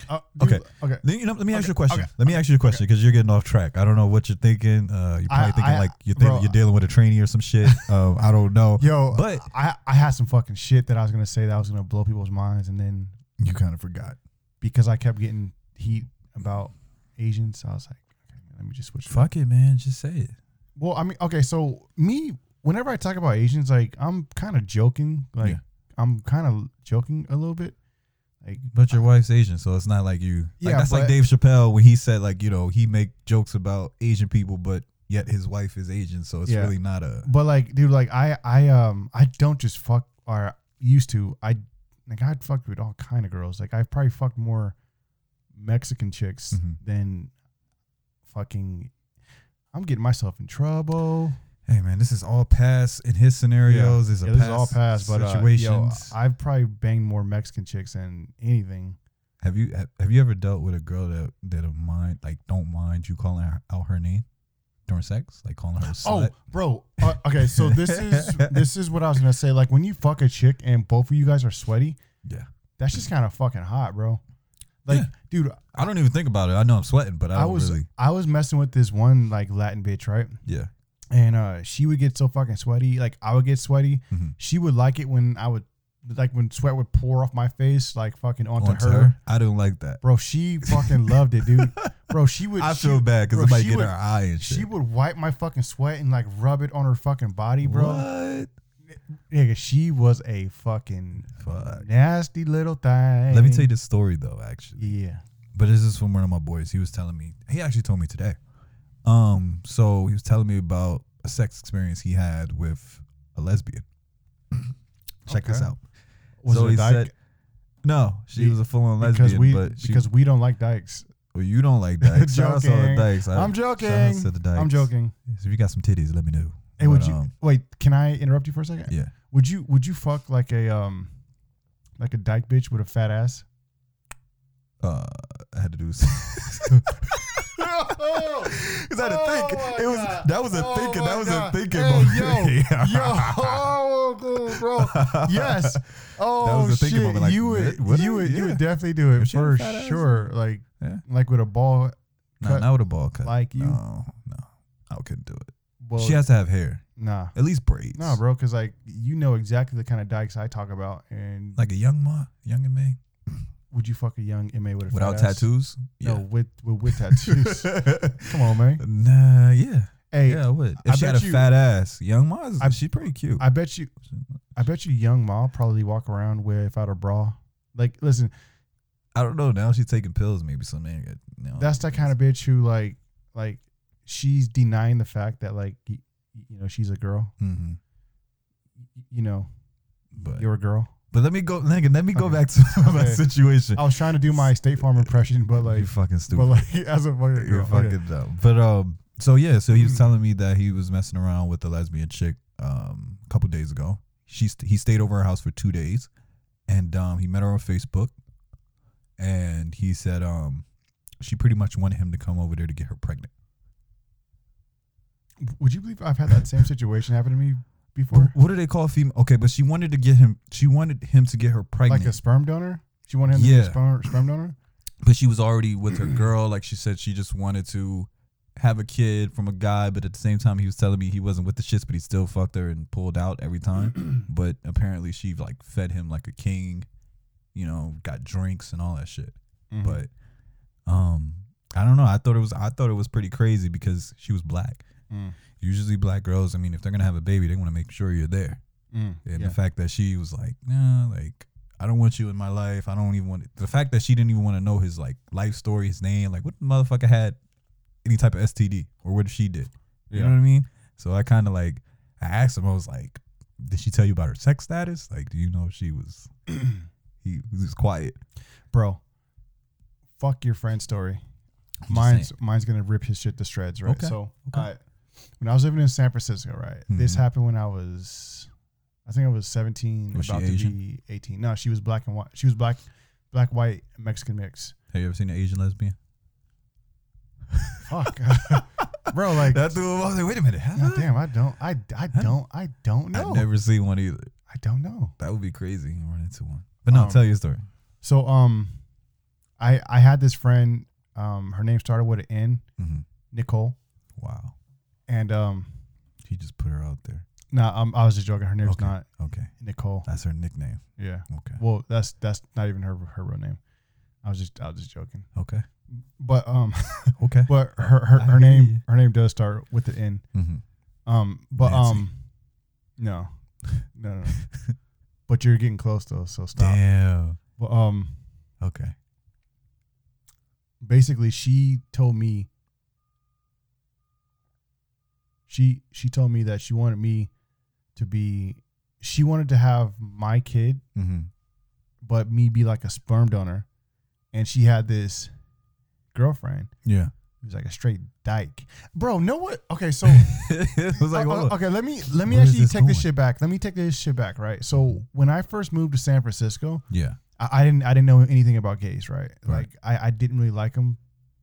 [SPEAKER 1] uh, do you-
[SPEAKER 2] Okay.
[SPEAKER 1] okay,
[SPEAKER 2] but then, you know, let me ask
[SPEAKER 1] okay,
[SPEAKER 2] you a question.
[SPEAKER 1] okay,
[SPEAKER 2] let me ask you a question because you're getting off track. I don't know what you're thinking. Uh, you're probably
[SPEAKER 1] I-
[SPEAKER 2] thinking
[SPEAKER 1] I-
[SPEAKER 2] like you're thinking,
[SPEAKER 1] bro,
[SPEAKER 2] you're dealing with a trainee or
[SPEAKER 1] [laughs]
[SPEAKER 2] some shit. um, I don't know.
[SPEAKER 1] yo,
[SPEAKER 2] But-
[SPEAKER 1] I I had some fucking shit that I was gonna say that I was gonna blow people's minds, and then
[SPEAKER 2] You kind of forgot.
[SPEAKER 1] because I kept getting heat about Asians, I was like, okay, let me just switch. it up.
[SPEAKER 2] Fuck it, man. Just say it.
[SPEAKER 1] Well, I mean, okay, so me, whenever I talk about Asians, like I'm kind of joking, like
[SPEAKER 2] Yeah.
[SPEAKER 1] I'm kind of joking a little bit, like
[SPEAKER 2] But your wife's Asian, so it's not like you. Like,
[SPEAKER 1] Yeah,
[SPEAKER 2] that's like
[SPEAKER 1] but-
[SPEAKER 2] Dave Chappelle when he said like you know he make jokes about Asian people, but yet his wife is Asian, so it's
[SPEAKER 1] Yeah.
[SPEAKER 2] really not a.
[SPEAKER 1] But like, dude, like I, I, um, I don't just fuck or used to. I like I'd fucked with all kind of girls. Like I probably fucked more Mexican chicks
[SPEAKER 2] Mhm.
[SPEAKER 1] than fucking. I'm getting myself in trouble.
[SPEAKER 2] Hey man, this is all past in his scenarios. Is a
[SPEAKER 1] Yeah,
[SPEAKER 2] past
[SPEAKER 1] this is all past, but uh, yo,
[SPEAKER 2] situations.
[SPEAKER 1] I've probably banged more Mexican chicks than anything.
[SPEAKER 2] have you have, have you ever dealt with a girl that that don't mind like don't mind you calling her, out her name during sex, like calling her a slut?
[SPEAKER 1] Oh, bro. Uh, okay, so this
[SPEAKER 2] [laughs]
[SPEAKER 1] is this is what I was gonna say. Like when you fuck a chick and both of you guys are sweaty,
[SPEAKER 2] yeah.
[SPEAKER 1] that's just kind of fucking hot, bro. Like,
[SPEAKER 2] Yeah.
[SPEAKER 1] dude,
[SPEAKER 2] I don't even think about it. I know I'm sweating, but I,
[SPEAKER 1] I
[SPEAKER 2] don't
[SPEAKER 1] was
[SPEAKER 2] really.
[SPEAKER 1] I was messing with this one like Latin bitch, right?
[SPEAKER 2] Yeah.
[SPEAKER 1] And uh she would get so fucking sweaty, like I would get sweaty.
[SPEAKER 2] Mhm.
[SPEAKER 1] She would like it when I would like when sweat would pour off my face, like fucking onto,
[SPEAKER 2] Onto
[SPEAKER 1] her.
[SPEAKER 2] her, I don't like that.
[SPEAKER 1] Bro, she fucking loved it,
[SPEAKER 2] [laughs]
[SPEAKER 1] dude. Bro, she would
[SPEAKER 2] I
[SPEAKER 1] she-
[SPEAKER 2] feel bad
[SPEAKER 1] bro,
[SPEAKER 2] because it might
[SPEAKER 1] she
[SPEAKER 2] get in
[SPEAKER 1] would-
[SPEAKER 2] her eye and shit.
[SPEAKER 1] She would wipe my fucking sweat and like rub it on her fucking body, bro.
[SPEAKER 2] What?
[SPEAKER 1] Nigga, she was a fucking
[SPEAKER 2] Fuck.
[SPEAKER 1] nasty little thing.
[SPEAKER 2] Let me tell you this story though, actually.
[SPEAKER 1] Yeah.
[SPEAKER 2] But this is from one of my boys. He was telling me. He actually told me today. Um, so he was telling me about a sex experience he had with
[SPEAKER 1] [coughs]
[SPEAKER 2] a lesbian. Check this
[SPEAKER 1] Okay.
[SPEAKER 2] out.
[SPEAKER 1] Was
[SPEAKER 2] so
[SPEAKER 1] it a
[SPEAKER 2] he
[SPEAKER 1] dyke?
[SPEAKER 2] said, "No, she
[SPEAKER 1] Be-
[SPEAKER 2] was a full-on lesbian,
[SPEAKER 1] because we
[SPEAKER 2] but she,
[SPEAKER 1] because we don't like dykes.
[SPEAKER 2] well, you
[SPEAKER 1] [laughs]
[SPEAKER 2] don't like dykes. Shout out to all the
[SPEAKER 1] Joking.
[SPEAKER 2] dykes. I-
[SPEAKER 1] I'm
[SPEAKER 2] Uh, shout
[SPEAKER 1] joking.
[SPEAKER 2] out to the dykes.
[SPEAKER 1] I'm joking.
[SPEAKER 2] So if you got some titties, let me know.
[SPEAKER 1] Hey, would
[SPEAKER 2] But,
[SPEAKER 1] you
[SPEAKER 2] um,
[SPEAKER 1] wait? Can I interrupt you for a second?
[SPEAKER 2] yeah.
[SPEAKER 1] Would you would you fuck like a um like a dyke bitch with a fat [laughs] ass?
[SPEAKER 2] Uh, I had to [laughs] do. Is that a think?
[SPEAKER 1] Oh my
[SPEAKER 2] it was
[SPEAKER 1] God.
[SPEAKER 2] that was a
[SPEAKER 1] Oh
[SPEAKER 2] thinking. That
[SPEAKER 1] my
[SPEAKER 2] was
[SPEAKER 1] God.
[SPEAKER 2] a thinking
[SPEAKER 1] Hey,
[SPEAKER 2] moment.
[SPEAKER 1] yo,
[SPEAKER 2] Yeah.
[SPEAKER 1] Yo,
[SPEAKER 2] [laughs]
[SPEAKER 1] oh, cool, [laughs] bro. Yes. Oh
[SPEAKER 2] was the
[SPEAKER 1] shit!
[SPEAKER 2] thinking moment, like,
[SPEAKER 1] you would,
[SPEAKER 2] would I?
[SPEAKER 1] you would, you
[SPEAKER 2] Yeah.
[SPEAKER 1] would definitely do it
[SPEAKER 2] If she had a
[SPEAKER 1] for
[SPEAKER 2] fat ass,
[SPEAKER 1] sure. Like,
[SPEAKER 2] Yeah.
[SPEAKER 1] like with a ball.
[SPEAKER 2] No,
[SPEAKER 1] cut
[SPEAKER 2] not with a ball cut.
[SPEAKER 1] like you?
[SPEAKER 2] No, no, I couldn't do it.
[SPEAKER 1] Well,
[SPEAKER 2] she has to have hair,
[SPEAKER 1] nah,
[SPEAKER 2] at least braids.
[SPEAKER 1] nah, bro. Because like you know exactly the kind of dykes I talk about. And
[SPEAKER 2] Like a young ma, young and me,
[SPEAKER 1] would you fuck a young inmate with a
[SPEAKER 2] without
[SPEAKER 1] fat ass?
[SPEAKER 2] tattoos.
[SPEAKER 1] No, with with, with
[SPEAKER 2] [laughs]
[SPEAKER 1] tattoos. [laughs] Come on, man.
[SPEAKER 2] Nah, yeah,
[SPEAKER 1] Hey,
[SPEAKER 2] yeah, I would.
[SPEAKER 1] I
[SPEAKER 2] If she had a
[SPEAKER 1] bet you-
[SPEAKER 2] fat ass, young ma's,
[SPEAKER 1] I-
[SPEAKER 2] she's pretty cute.
[SPEAKER 1] I bet you, I bet you, young ma probably walk around without a bra. Like, listen,
[SPEAKER 2] I don't know. Now she's taking pills, maybe something. You know,
[SPEAKER 1] that's that kind of bitch who like, like, she's denying the fact that like, y- you know, she's a girl.
[SPEAKER 2] hmm
[SPEAKER 1] Y- You know,
[SPEAKER 2] But
[SPEAKER 1] you're a
[SPEAKER 2] [laughs]
[SPEAKER 1] girl.
[SPEAKER 2] but let me go, nigga. Let me go
[SPEAKER 1] Okay.
[SPEAKER 2] back to [laughs] my
[SPEAKER 1] Okay.
[SPEAKER 2] situation.
[SPEAKER 1] I was trying to do my State Farm impression, but like,
[SPEAKER 2] you fucking stupid.
[SPEAKER 1] but like, [laughs] as a fucking
[SPEAKER 2] You're
[SPEAKER 1] girl. Okay.
[SPEAKER 2] fucking dumb. But um, so yeah, so he was telling me that he was messing around with a lesbian chick um a couple days ago. She st- he stayed over her house for two days, and um he met her on Facebook, and he said um she pretty much wanted him to come over there to get her pregnant.
[SPEAKER 1] Would you believe I've had that same situation happen to me before?
[SPEAKER 2] What do they call female? Okay, but she wanted to get him. She wanted him to get her pregnant,
[SPEAKER 1] Like a sperm donor? She wanted him to be
[SPEAKER 2] Yeah.
[SPEAKER 1] a sperm, sperm donor?
[SPEAKER 2] but she was already with her girl. Like she said, she just wanted to have a kid from a guy, but at the same time, he was telling me he wasn't with the shits, but he still fucked her and pulled out every time. but apparently, she like fed him like a king, you know, got drinks and all that shit.
[SPEAKER 1] Mhm.
[SPEAKER 2] But um, I don't know. I thought it was I thought it was pretty crazy because she was black.
[SPEAKER 1] Mm.
[SPEAKER 2] Usually, black girls. I mean, if they're gonna have a baby, they want to make sure you're there.
[SPEAKER 1] Mm.
[SPEAKER 2] And
[SPEAKER 1] Yeah.
[SPEAKER 2] the fact that she was like, nah, like I don't want you in my life. I don't even want the fact that she didn't even want to know his like life story, his name, like what motherfucker had any type of STD or what she did. You
[SPEAKER 1] Yeah.
[SPEAKER 2] know what I mean? So I kind of like I asked him. I was like, "Did she tell you about her sex status? Like, do you know if she [clears throat] was?" he was quiet.
[SPEAKER 1] bro. Fuck your friend's story.
[SPEAKER 2] just
[SPEAKER 1] Mine's mine's gonna rip his shit to shreds, right?
[SPEAKER 2] Okay,
[SPEAKER 1] So, I-
[SPEAKER 2] okay.
[SPEAKER 1] when I was living in San Francisco, right, this
[SPEAKER 2] Mhm.
[SPEAKER 1] happened when I was, I think I was seventeen,
[SPEAKER 2] Was she
[SPEAKER 1] about to
[SPEAKER 2] Asian?
[SPEAKER 1] be eighteen. No, she was black and white. She was black, black white Mexican mix.
[SPEAKER 2] Have you ever seen an Asian lesbian? [laughs]
[SPEAKER 1] Fuck, bro, like,
[SPEAKER 2] That's what I was like. Wait a minute. Huh?
[SPEAKER 1] God damn, I don't, I, I don't, I don't know,
[SPEAKER 2] I've never seen one either.
[SPEAKER 1] I don't know.
[SPEAKER 2] That would be crazy. I run into one. But no,
[SPEAKER 1] Um,
[SPEAKER 2] tell your story.
[SPEAKER 1] So, um, I I had this friend, um, her name started with an N,
[SPEAKER 2] hmm
[SPEAKER 1] Nicole,
[SPEAKER 2] Wow.
[SPEAKER 1] and um,
[SPEAKER 2] He just put her out there.
[SPEAKER 1] no, um, I was just joking. Her name's
[SPEAKER 2] Okay.
[SPEAKER 1] not
[SPEAKER 2] Okay.
[SPEAKER 1] Nicole.
[SPEAKER 2] That's her nickname.
[SPEAKER 1] Yeah.
[SPEAKER 2] Okay.
[SPEAKER 1] Well, that's that's not even her her real name. I was just I was just joking.
[SPEAKER 2] Okay.
[SPEAKER 1] But um, [laughs]
[SPEAKER 2] Okay.
[SPEAKER 1] but her her,
[SPEAKER 2] I
[SPEAKER 1] her
[SPEAKER 2] hear
[SPEAKER 1] name
[SPEAKER 2] you.
[SPEAKER 1] her name does start with the N.
[SPEAKER 2] Mm-hmm.
[SPEAKER 1] Um, but
[SPEAKER 2] Nancy.
[SPEAKER 1] um, no, [laughs] no, no. no.
[SPEAKER 2] [laughs]
[SPEAKER 1] but you're getting close though, so stop.
[SPEAKER 2] Damn.
[SPEAKER 1] But um,
[SPEAKER 2] Okay.
[SPEAKER 1] basically, she told me. She she told me that she wanted me to be. She wanted to have my kid
[SPEAKER 2] Mm-hmm.
[SPEAKER 1] but me be like a sperm donor. And she had this girlfriend
[SPEAKER 2] Yeah.
[SPEAKER 1] who's like a straight dyke. Bro, know what? Okay, so
[SPEAKER 2] [laughs] it was like, oh,
[SPEAKER 1] uh,
[SPEAKER 2] hold
[SPEAKER 1] uh,
[SPEAKER 2] on.
[SPEAKER 1] okay, let me let me
[SPEAKER 2] Where is
[SPEAKER 1] actually
[SPEAKER 2] this
[SPEAKER 1] take this
[SPEAKER 2] going?
[SPEAKER 1] shit back. Let me take this shit back, right? So when I first moved to San Francisco,
[SPEAKER 2] Yeah.
[SPEAKER 1] I, I didn't I didn't know anything about gays, right?
[SPEAKER 2] Right.
[SPEAKER 1] Like I, I didn't really like them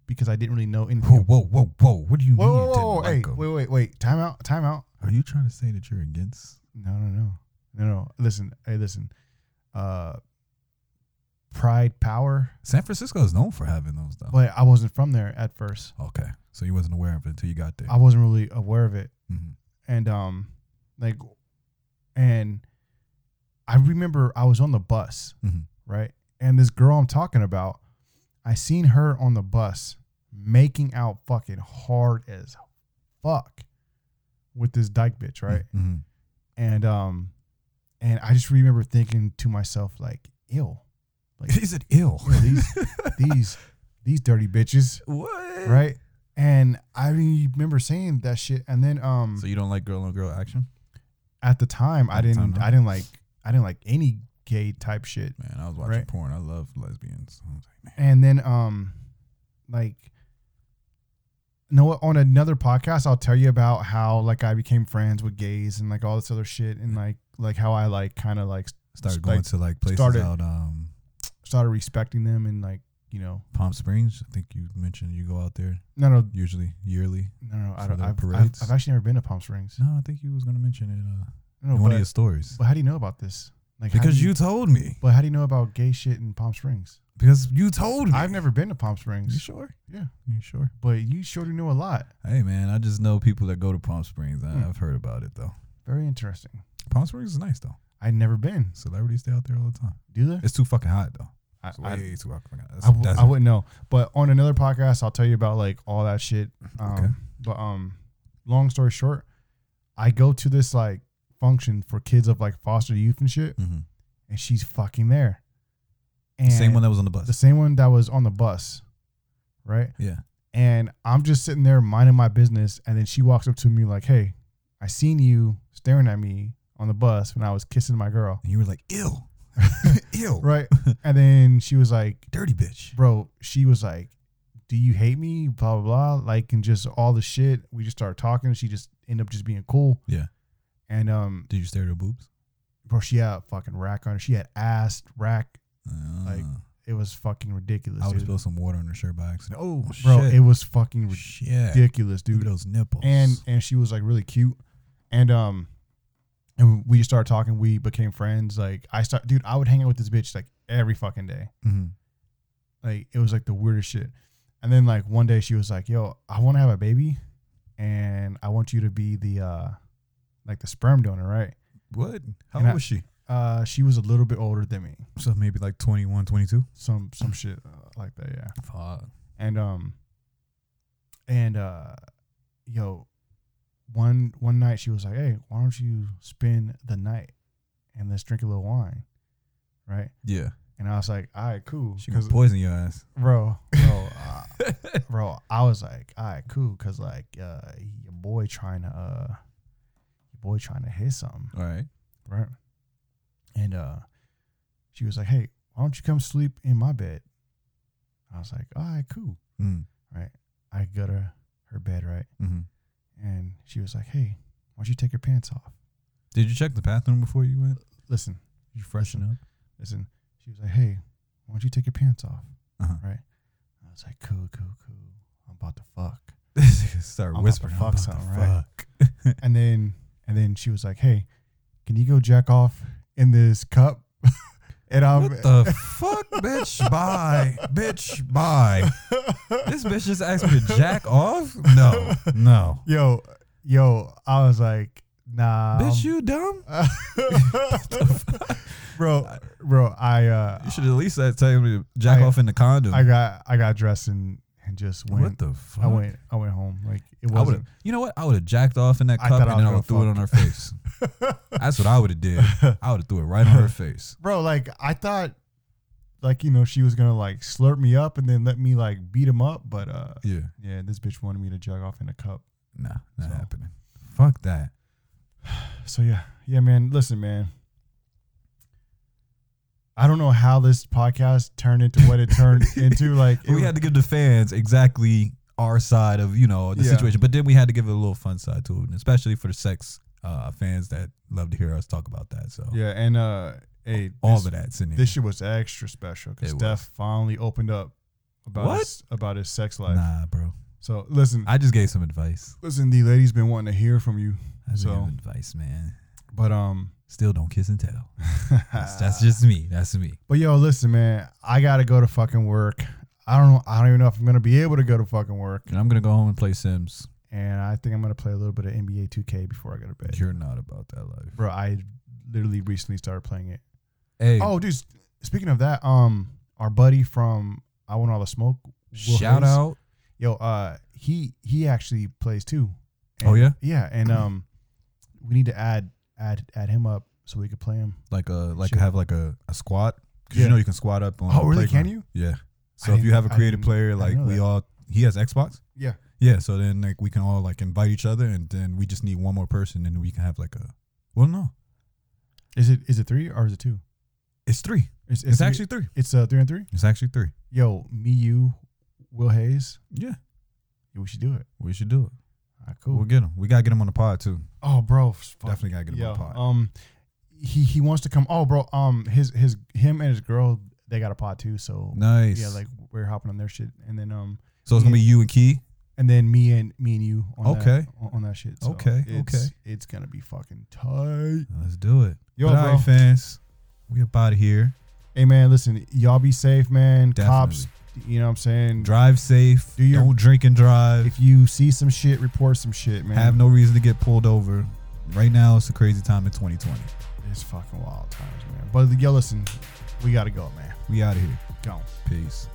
[SPEAKER 1] because I didn't really know anything.
[SPEAKER 2] Whoa, whoa, whoa, whoa. What do you
[SPEAKER 1] whoa,
[SPEAKER 2] mean?
[SPEAKER 1] whoa,
[SPEAKER 2] you
[SPEAKER 1] whoa,
[SPEAKER 2] didn't
[SPEAKER 1] whoa,
[SPEAKER 2] like
[SPEAKER 1] hey,
[SPEAKER 2] 'em?
[SPEAKER 1] wait, wait, wait, time out, time out.
[SPEAKER 2] Are you trying to say that you're against?
[SPEAKER 1] No, no, no, no, no. Listen, hey, listen. Uh, pride, power.
[SPEAKER 2] San Francisco is known for having those, though.
[SPEAKER 1] But I wasn't from there at first.
[SPEAKER 2] okay. So you wasn't aware of it until you got there.
[SPEAKER 1] I wasn't really aware of it.
[SPEAKER 2] Mhm.
[SPEAKER 1] And um like and I remember I was on the bus,
[SPEAKER 2] Mhm.
[SPEAKER 1] right? And this girl I'm talking about, I seen her on the bus making out fucking hard as fuck with this dyke bitch, right?
[SPEAKER 2] Mhm.
[SPEAKER 1] And um and I just remember thinking to myself like, ill. Like
[SPEAKER 2] Is it ill?
[SPEAKER 1] yo, these these these dirty bitches,
[SPEAKER 2] [laughs] what?
[SPEAKER 1] right? And I remember saying that shit and then um
[SPEAKER 2] So you don't like girl on girl action?
[SPEAKER 1] at the time I
[SPEAKER 2] At the
[SPEAKER 1] didn't
[SPEAKER 2] time, no.
[SPEAKER 1] I didn't like I didn't like any gay type shit.
[SPEAKER 2] Man, I was watching
[SPEAKER 1] Right.
[SPEAKER 2] porn. I love lesbians. I was like, man.
[SPEAKER 1] And then um like you know what on another podcast I'll tell you about how like I became friends with gays and like all this other shit and like like how I like kind of like
[SPEAKER 2] Started
[SPEAKER 1] Like,
[SPEAKER 2] going to like places
[SPEAKER 1] started-
[SPEAKER 2] out um
[SPEAKER 1] started respecting them and like you know
[SPEAKER 2] Palm Springs. I think you mentioned you go out there
[SPEAKER 1] no no
[SPEAKER 2] usually yearly.
[SPEAKER 1] no no I
[SPEAKER 2] For
[SPEAKER 1] don't
[SPEAKER 2] the
[SPEAKER 1] I've, I've,
[SPEAKER 2] parades?
[SPEAKER 1] I've actually never been to Palm Springs.
[SPEAKER 2] No, I think you was gonna mention it uh,
[SPEAKER 1] No,
[SPEAKER 2] in one of your
[SPEAKER 1] but,
[SPEAKER 2] stories
[SPEAKER 1] but how do you know about this? Like how do
[SPEAKER 2] because you told me.
[SPEAKER 1] But how do you know about gay shit in Palm
[SPEAKER 2] [laughs]
[SPEAKER 1] Springs?
[SPEAKER 2] Because you told me.
[SPEAKER 1] I've never been to Palm
[SPEAKER 2] You
[SPEAKER 1] Springs,
[SPEAKER 2] sure?
[SPEAKER 1] Yeah.
[SPEAKER 2] You sure?
[SPEAKER 1] but you sure do know a lot.
[SPEAKER 2] Hey man, I just know people that go to Palm Springs. I,
[SPEAKER 1] Hmm.
[SPEAKER 2] I've heard about it though.
[SPEAKER 1] Very interesting.
[SPEAKER 2] Palm Springs is nice though.
[SPEAKER 1] I'd never been.
[SPEAKER 2] Celebrities stay out there all the time.
[SPEAKER 1] Do they?
[SPEAKER 2] It's too fucking hot though.
[SPEAKER 1] I,
[SPEAKER 2] It's
[SPEAKER 1] I,
[SPEAKER 2] way too fucking hot. That's
[SPEAKER 1] I w-
[SPEAKER 2] a
[SPEAKER 1] I
[SPEAKER 2] desert.
[SPEAKER 1] wouldn't know. But on another podcast, I'll tell you about like all that shit. Um,
[SPEAKER 2] Okay.
[SPEAKER 1] But um, long story short, I go to this like function for kids of like foster youth and shit,
[SPEAKER 2] Mhm.
[SPEAKER 1] and she's fucking there.
[SPEAKER 2] The
[SPEAKER 1] And
[SPEAKER 2] Same one that was on the
[SPEAKER 1] the
[SPEAKER 2] bus.
[SPEAKER 1] same one that was on the bus, right?
[SPEAKER 2] Yeah.
[SPEAKER 1] And I'm just sitting there minding my business, and then she walks up to me like, "Hey, I seen you staring at me on the bus when I was kissing my girl,
[SPEAKER 2] And you were like, [laughs] ill. ill. [laughs]
[SPEAKER 1] right?" and then she was like,
[SPEAKER 2] Dirty bitch.
[SPEAKER 1] bro, she was like, "Do you hate me?" Blah blah blah, like and just all the shit. We just started talking. She just ended up just being cool.
[SPEAKER 2] Yeah.
[SPEAKER 1] And um,
[SPEAKER 2] Did you stare at her boobs?
[SPEAKER 1] bro, she had a fucking rack on her. She had ass rack. Like,
[SPEAKER 2] Uh,
[SPEAKER 1] It was fucking ridiculous,
[SPEAKER 2] I would
[SPEAKER 1] dude.
[SPEAKER 2] spill some water on her shirt by accident. Oh
[SPEAKER 1] bro,
[SPEAKER 2] shit,
[SPEAKER 1] it was fucking
[SPEAKER 2] shit,
[SPEAKER 1] ridiculous,
[SPEAKER 2] Look at
[SPEAKER 1] dude.
[SPEAKER 2] those nipples.
[SPEAKER 1] And and she was like really cute, and um, and we just started talking. We became friends. Like I start, dude, I would hang out with this bitch like every fucking day.
[SPEAKER 2] Mhm.
[SPEAKER 1] like it was like the weirdest shit. And then like one day she was like, "Yo, I want to have a baby, and I want you to be the uh like the sperm donor, right?"
[SPEAKER 2] what? How
[SPEAKER 1] And
[SPEAKER 2] old
[SPEAKER 1] I-
[SPEAKER 2] was she?
[SPEAKER 1] Uh, she was a little bit older than me,
[SPEAKER 2] So maybe like 21, 22?
[SPEAKER 1] some some shit uh, like that, yeah.
[SPEAKER 2] Fuck.
[SPEAKER 1] And um, and uh, yo, one one night she was like, "Hey, why don't you spend the night and let's drink a little wine, right?
[SPEAKER 2] Yeah.
[SPEAKER 1] And I was like, all right, cool.
[SPEAKER 2] She gonna
[SPEAKER 1] 'Cause-
[SPEAKER 2] poison your ass.
[SPEAKER 1] bro,
[SPEAKER 2] [laughs]
[SPEAKER 1] bro, uh, bro. I was like, all right, cool, cause like uh, your boy trying to, uh, your boy trying to hit something,
[SPEAKER 2] All right.
[SPEAKER 1] right? And uh, she was like, hey, why don't you come sleep in my bed? I was like, all right, cool.
[SPEAKER 2] Mm.
[SPEAKER 1] I go to her bed, right?
[SPEAKER 2] hmm
[SPEAKER 1] And she was like, hey, why don't you take your pants off?
[SPEAKER 2] Did you check the bathroom before you went?
[SPEAKER 1] Listen,
[SPEAKER 2] You freshen up.
[SPEAKER 1] listen. She was like, hey, why don't you take your pants off?
[SPEAKER 2] [laughs] Uh-huh.
[SPEAKER 1] Right? I was like, cool, cool, cool. I'm about to
[SPEAKER 2] [laughs]
[SPEAKER 1] fuck.
[SPEAKER 2] Start
[SPEAKER 1] about to
[SPEAKER 2] whispering.
[SPEAKER 1] fuck
[SPEAKER 2] I'm about to
[SPEAKER 1] something, right?
[SPEAKER 2] fuck.
[SPEAKER 1] and then and then she was like, "Hey, can you go jack off in this cup?" [laughs] and I'm
[SPEAKER 2] What the fuck, [laughs]
[SPEAKER 1] [laughs]
[SPEAKER 2] bitch? Bye, bitch. Bye. This bitch just asked me to jack off. No, no,
[SPEAKER 1] yo, yo, I was like, "Nah,
[SPEAKER 2] bitch. You dumb.
[SPEAKER 1] you, [laughs] bro, bro, I, uh,
[SPEAKER 2] You should at least uh, tell me to jack
[SPEAKER 1] I-
[SPEAKER 2] off in the condom.
[SPEAKER 1] I got, I got dressed and and just
[SPEAKER 2] what
[SPEAKER 1] went.
[SPEAKER 2] the fuck?
[SPEAKER 1] I went, I went home. Like it
[SPEAKER 2] I would
[SPEAKER 1] wasn't.
[SPEAKER 2] have. You know what? I would have jacked off in that
[SPEAKER 1] I
[SPEAKER 2] cup
[SPEAKER 1] thought
[SPEAKER 2] and
[SPEAKER 1] I
[SPEAKER 2] then I would
[SPEAKER 1] was
[SPEAKER 2] threw it on
[SPEAKER 1] gonna
[SPEAKER 2] her face. That's what I would have did. I would have threw it right on her face.
[SPEAKER 1] [laughs] bro like i thought like you know she was gonna like slurp me up and then let me like beat him up but uh
[SPEAKER 2] Yeah.
[SPEAKER 1] yeah this bitch wanted me to jug off in a cup
[SPEAKER 2] Nah, not
[SPEAKER 1] So-
[SPEAKER 2] happening. Fuck that.
[SPEAKER 1] so yeah yeah man listen man i don't know how this podcast turned into what it
[SPEAKER 2] [laughs]
[SPEAKER 1] turned into like it
[SPEAKER 2] we had to give the fans exactly our side of you know the
[SPEAKER 1] Yeah.
[SPEAKER 2] situation, but then we had to give it a little fun side to it, and especially for the sex uh, fans that love to hear us talk about that. So
[SPEAKER 1] was- yeah and uh hey
[SPEAKER 2] all
[SPEAKER 1] this,
[SPEAKER 2] of that's in here.
[SPEAKER 1] this shit was extra special because
[SPEAKER 2] It was.
[SPEAKER 1] steph finally opened up about
[SPEAKER 2] What?
[SPEAKER 1] his, about his sex life
[SPEAKER 2] Nah, bro.
[SPEAKER 1] so listen
[SPEAKER 2] I just gave some advice.
[SPEAKER 1] listen the lady's been wanting to hear from you
[SPEAKER 2] I just
[SPEAKER 1] So-
[SPEAKER 2] gave advice, man.
[SPEAKER 1] but um
[SPEAKER 2] Still don't kiss
[SPEAKER 1] [laughs]
[SPEAKER 2] and tell. That's, that's just me. That's me.
[SPEAKER 1] But yo, listen, man, I gotta go to fucking work. I don't know. I don't even know if I'm gonna be able to go to fucking work.
[SPEAKER 2] And I'm gonna go home and play Sims.
[SPEAKER 1] And I think I'm gonna play a little bit of NBA 2K before I go to bed.
[SPEAKER 2] You're not about that life.
[SPEAKER 1] Bro, I literally recently started playing it.
[SPEAKER 2] Hey,
[SPEAKER 1] Oh, dude. s- Speaking of that, um, our buddy from I Want All the Smoke. Will
[SPEAKER 2] shout
[SPEAKER 1] Hayes,
[SPEAKER 2] out.
[SPEAKER 1] yo. Uh, he he actually plays too.
[SPEAKER 2] Oh, yeah?
[SPEAKER 1] yeah. And um, we need to add add add him up so we could play him.
[SPEAKER 2] Like a like
[SPEAKER 1] Shit.
[SPEAKER 2] have like a, a squat. Because
[SPEAKER 1] Yeah.
[SPEAKER 2] you know you can squat up on
[SPEAKER 1] Oh,
[SPEAKER 2] the
[SPEAKER 1] really?
[SPEAKER 2] playground.
[SPEAKER 1] Can you?
[SPEAKER 2] Yeah. So
[SPEAKER 1] I
[SPEAKER 2] if you
[SPEAKER 1] didn't-
[SPEAKER 2] have a
[SPEAKER 1] I
[SPEAKER 2] creative
[SPEAKER 1] didn't-
[SPEAKER 2] player,
[SPEAKER 1] I
[SPEAKER 2] like
[SPEAKER 1] know
[SPEAKER 2] we
[SPEAKER 1] that.
[SPEAKER 2] all he has Xbox.
[SPEAKER 1] Yeah.
[SPEAKER 2] Yeah, so then like we can all like invite each other, and then we just need one more person, and we can have like a. Well, no,
[SPEAKER 1] Is it is it three or is it two?
[SPEAKER 2] it's three.
[SPEAKER 1] It's,
[SPEAKER 2] It's
[SPEAKER 1] three-
[SPEAKER 2] actually three.
[SPEAKER 1] it's uh three and three.
[SPEAKER 2] It's actually three.
[SPEAKER 1] yo, me, you, Will Hayes,
[SPEAKER 2] Yeah,
[SPEAKER 1] we should do it.
[SPEAKER 2] we should do it.
[SPEAKER 1] All right,
[SPEAKER 2] We'll
[SPEAKER 1] cool.
[SPEAKER 2] get him. We gotta get him on the pod too.
[SPEAKER 1] Oh, bro, fuck.
[SPEAKER 2] Definitely gotta get him
[SPEAKER 1] Yeah,
[SPEAKER 2] on the pod.
[SPEAKER 1] um, he he wants to come. Oh, bro, um, his his him and his girl they got a pod too. So
[SPEAKER 2] nice.
[SPEAKER 1] um, yeah, like we're hopping on their shit, and then um,
[SPEAKER 2] so it's gonna be you and Key.
[SPEAKER 1] and then me and me and you on
[SPEAKER 2] Okay.
[SPEAKER 1] that, on- on that shit. So
[SPEAKER 2] Okay,
[SPEAKER 1] it's,
[SPEAKER 2] okay.
[SPEAKER 1] it's gonna be fucking tight.
[SPEAKER 2] Let's do it.
[SPEAKER 1] Yo,
[SPEAKER 2] But all
[SPEAKER 1] bro.
[SPEAKER 2] right, fans, we up out of here.
[SPEAKER 1] Hey man, listen, y'all be safe, man. Cops,
[SPEAKER 2] Definitely.
[SPEAKER 1] you know what I'm saying.
[SPEAKER 2] Drive safe.
[SPEAKER 1] Do your-
[SPEAKER 2] Don't drink and drive.
[SPEAKER 1] If you see some shit, report some shit, man.
[SPEAKER 2] Have no reason to get pulled over. Right now, it's a crazy time in 2020.
[SPEAKER 1] it's fucking wild times, man. But yo, listen, we gotta go, man.
[SPEAKER 2] We out of here.
[SPEAKER 1] Go.
[SPEAKER 2] Peace.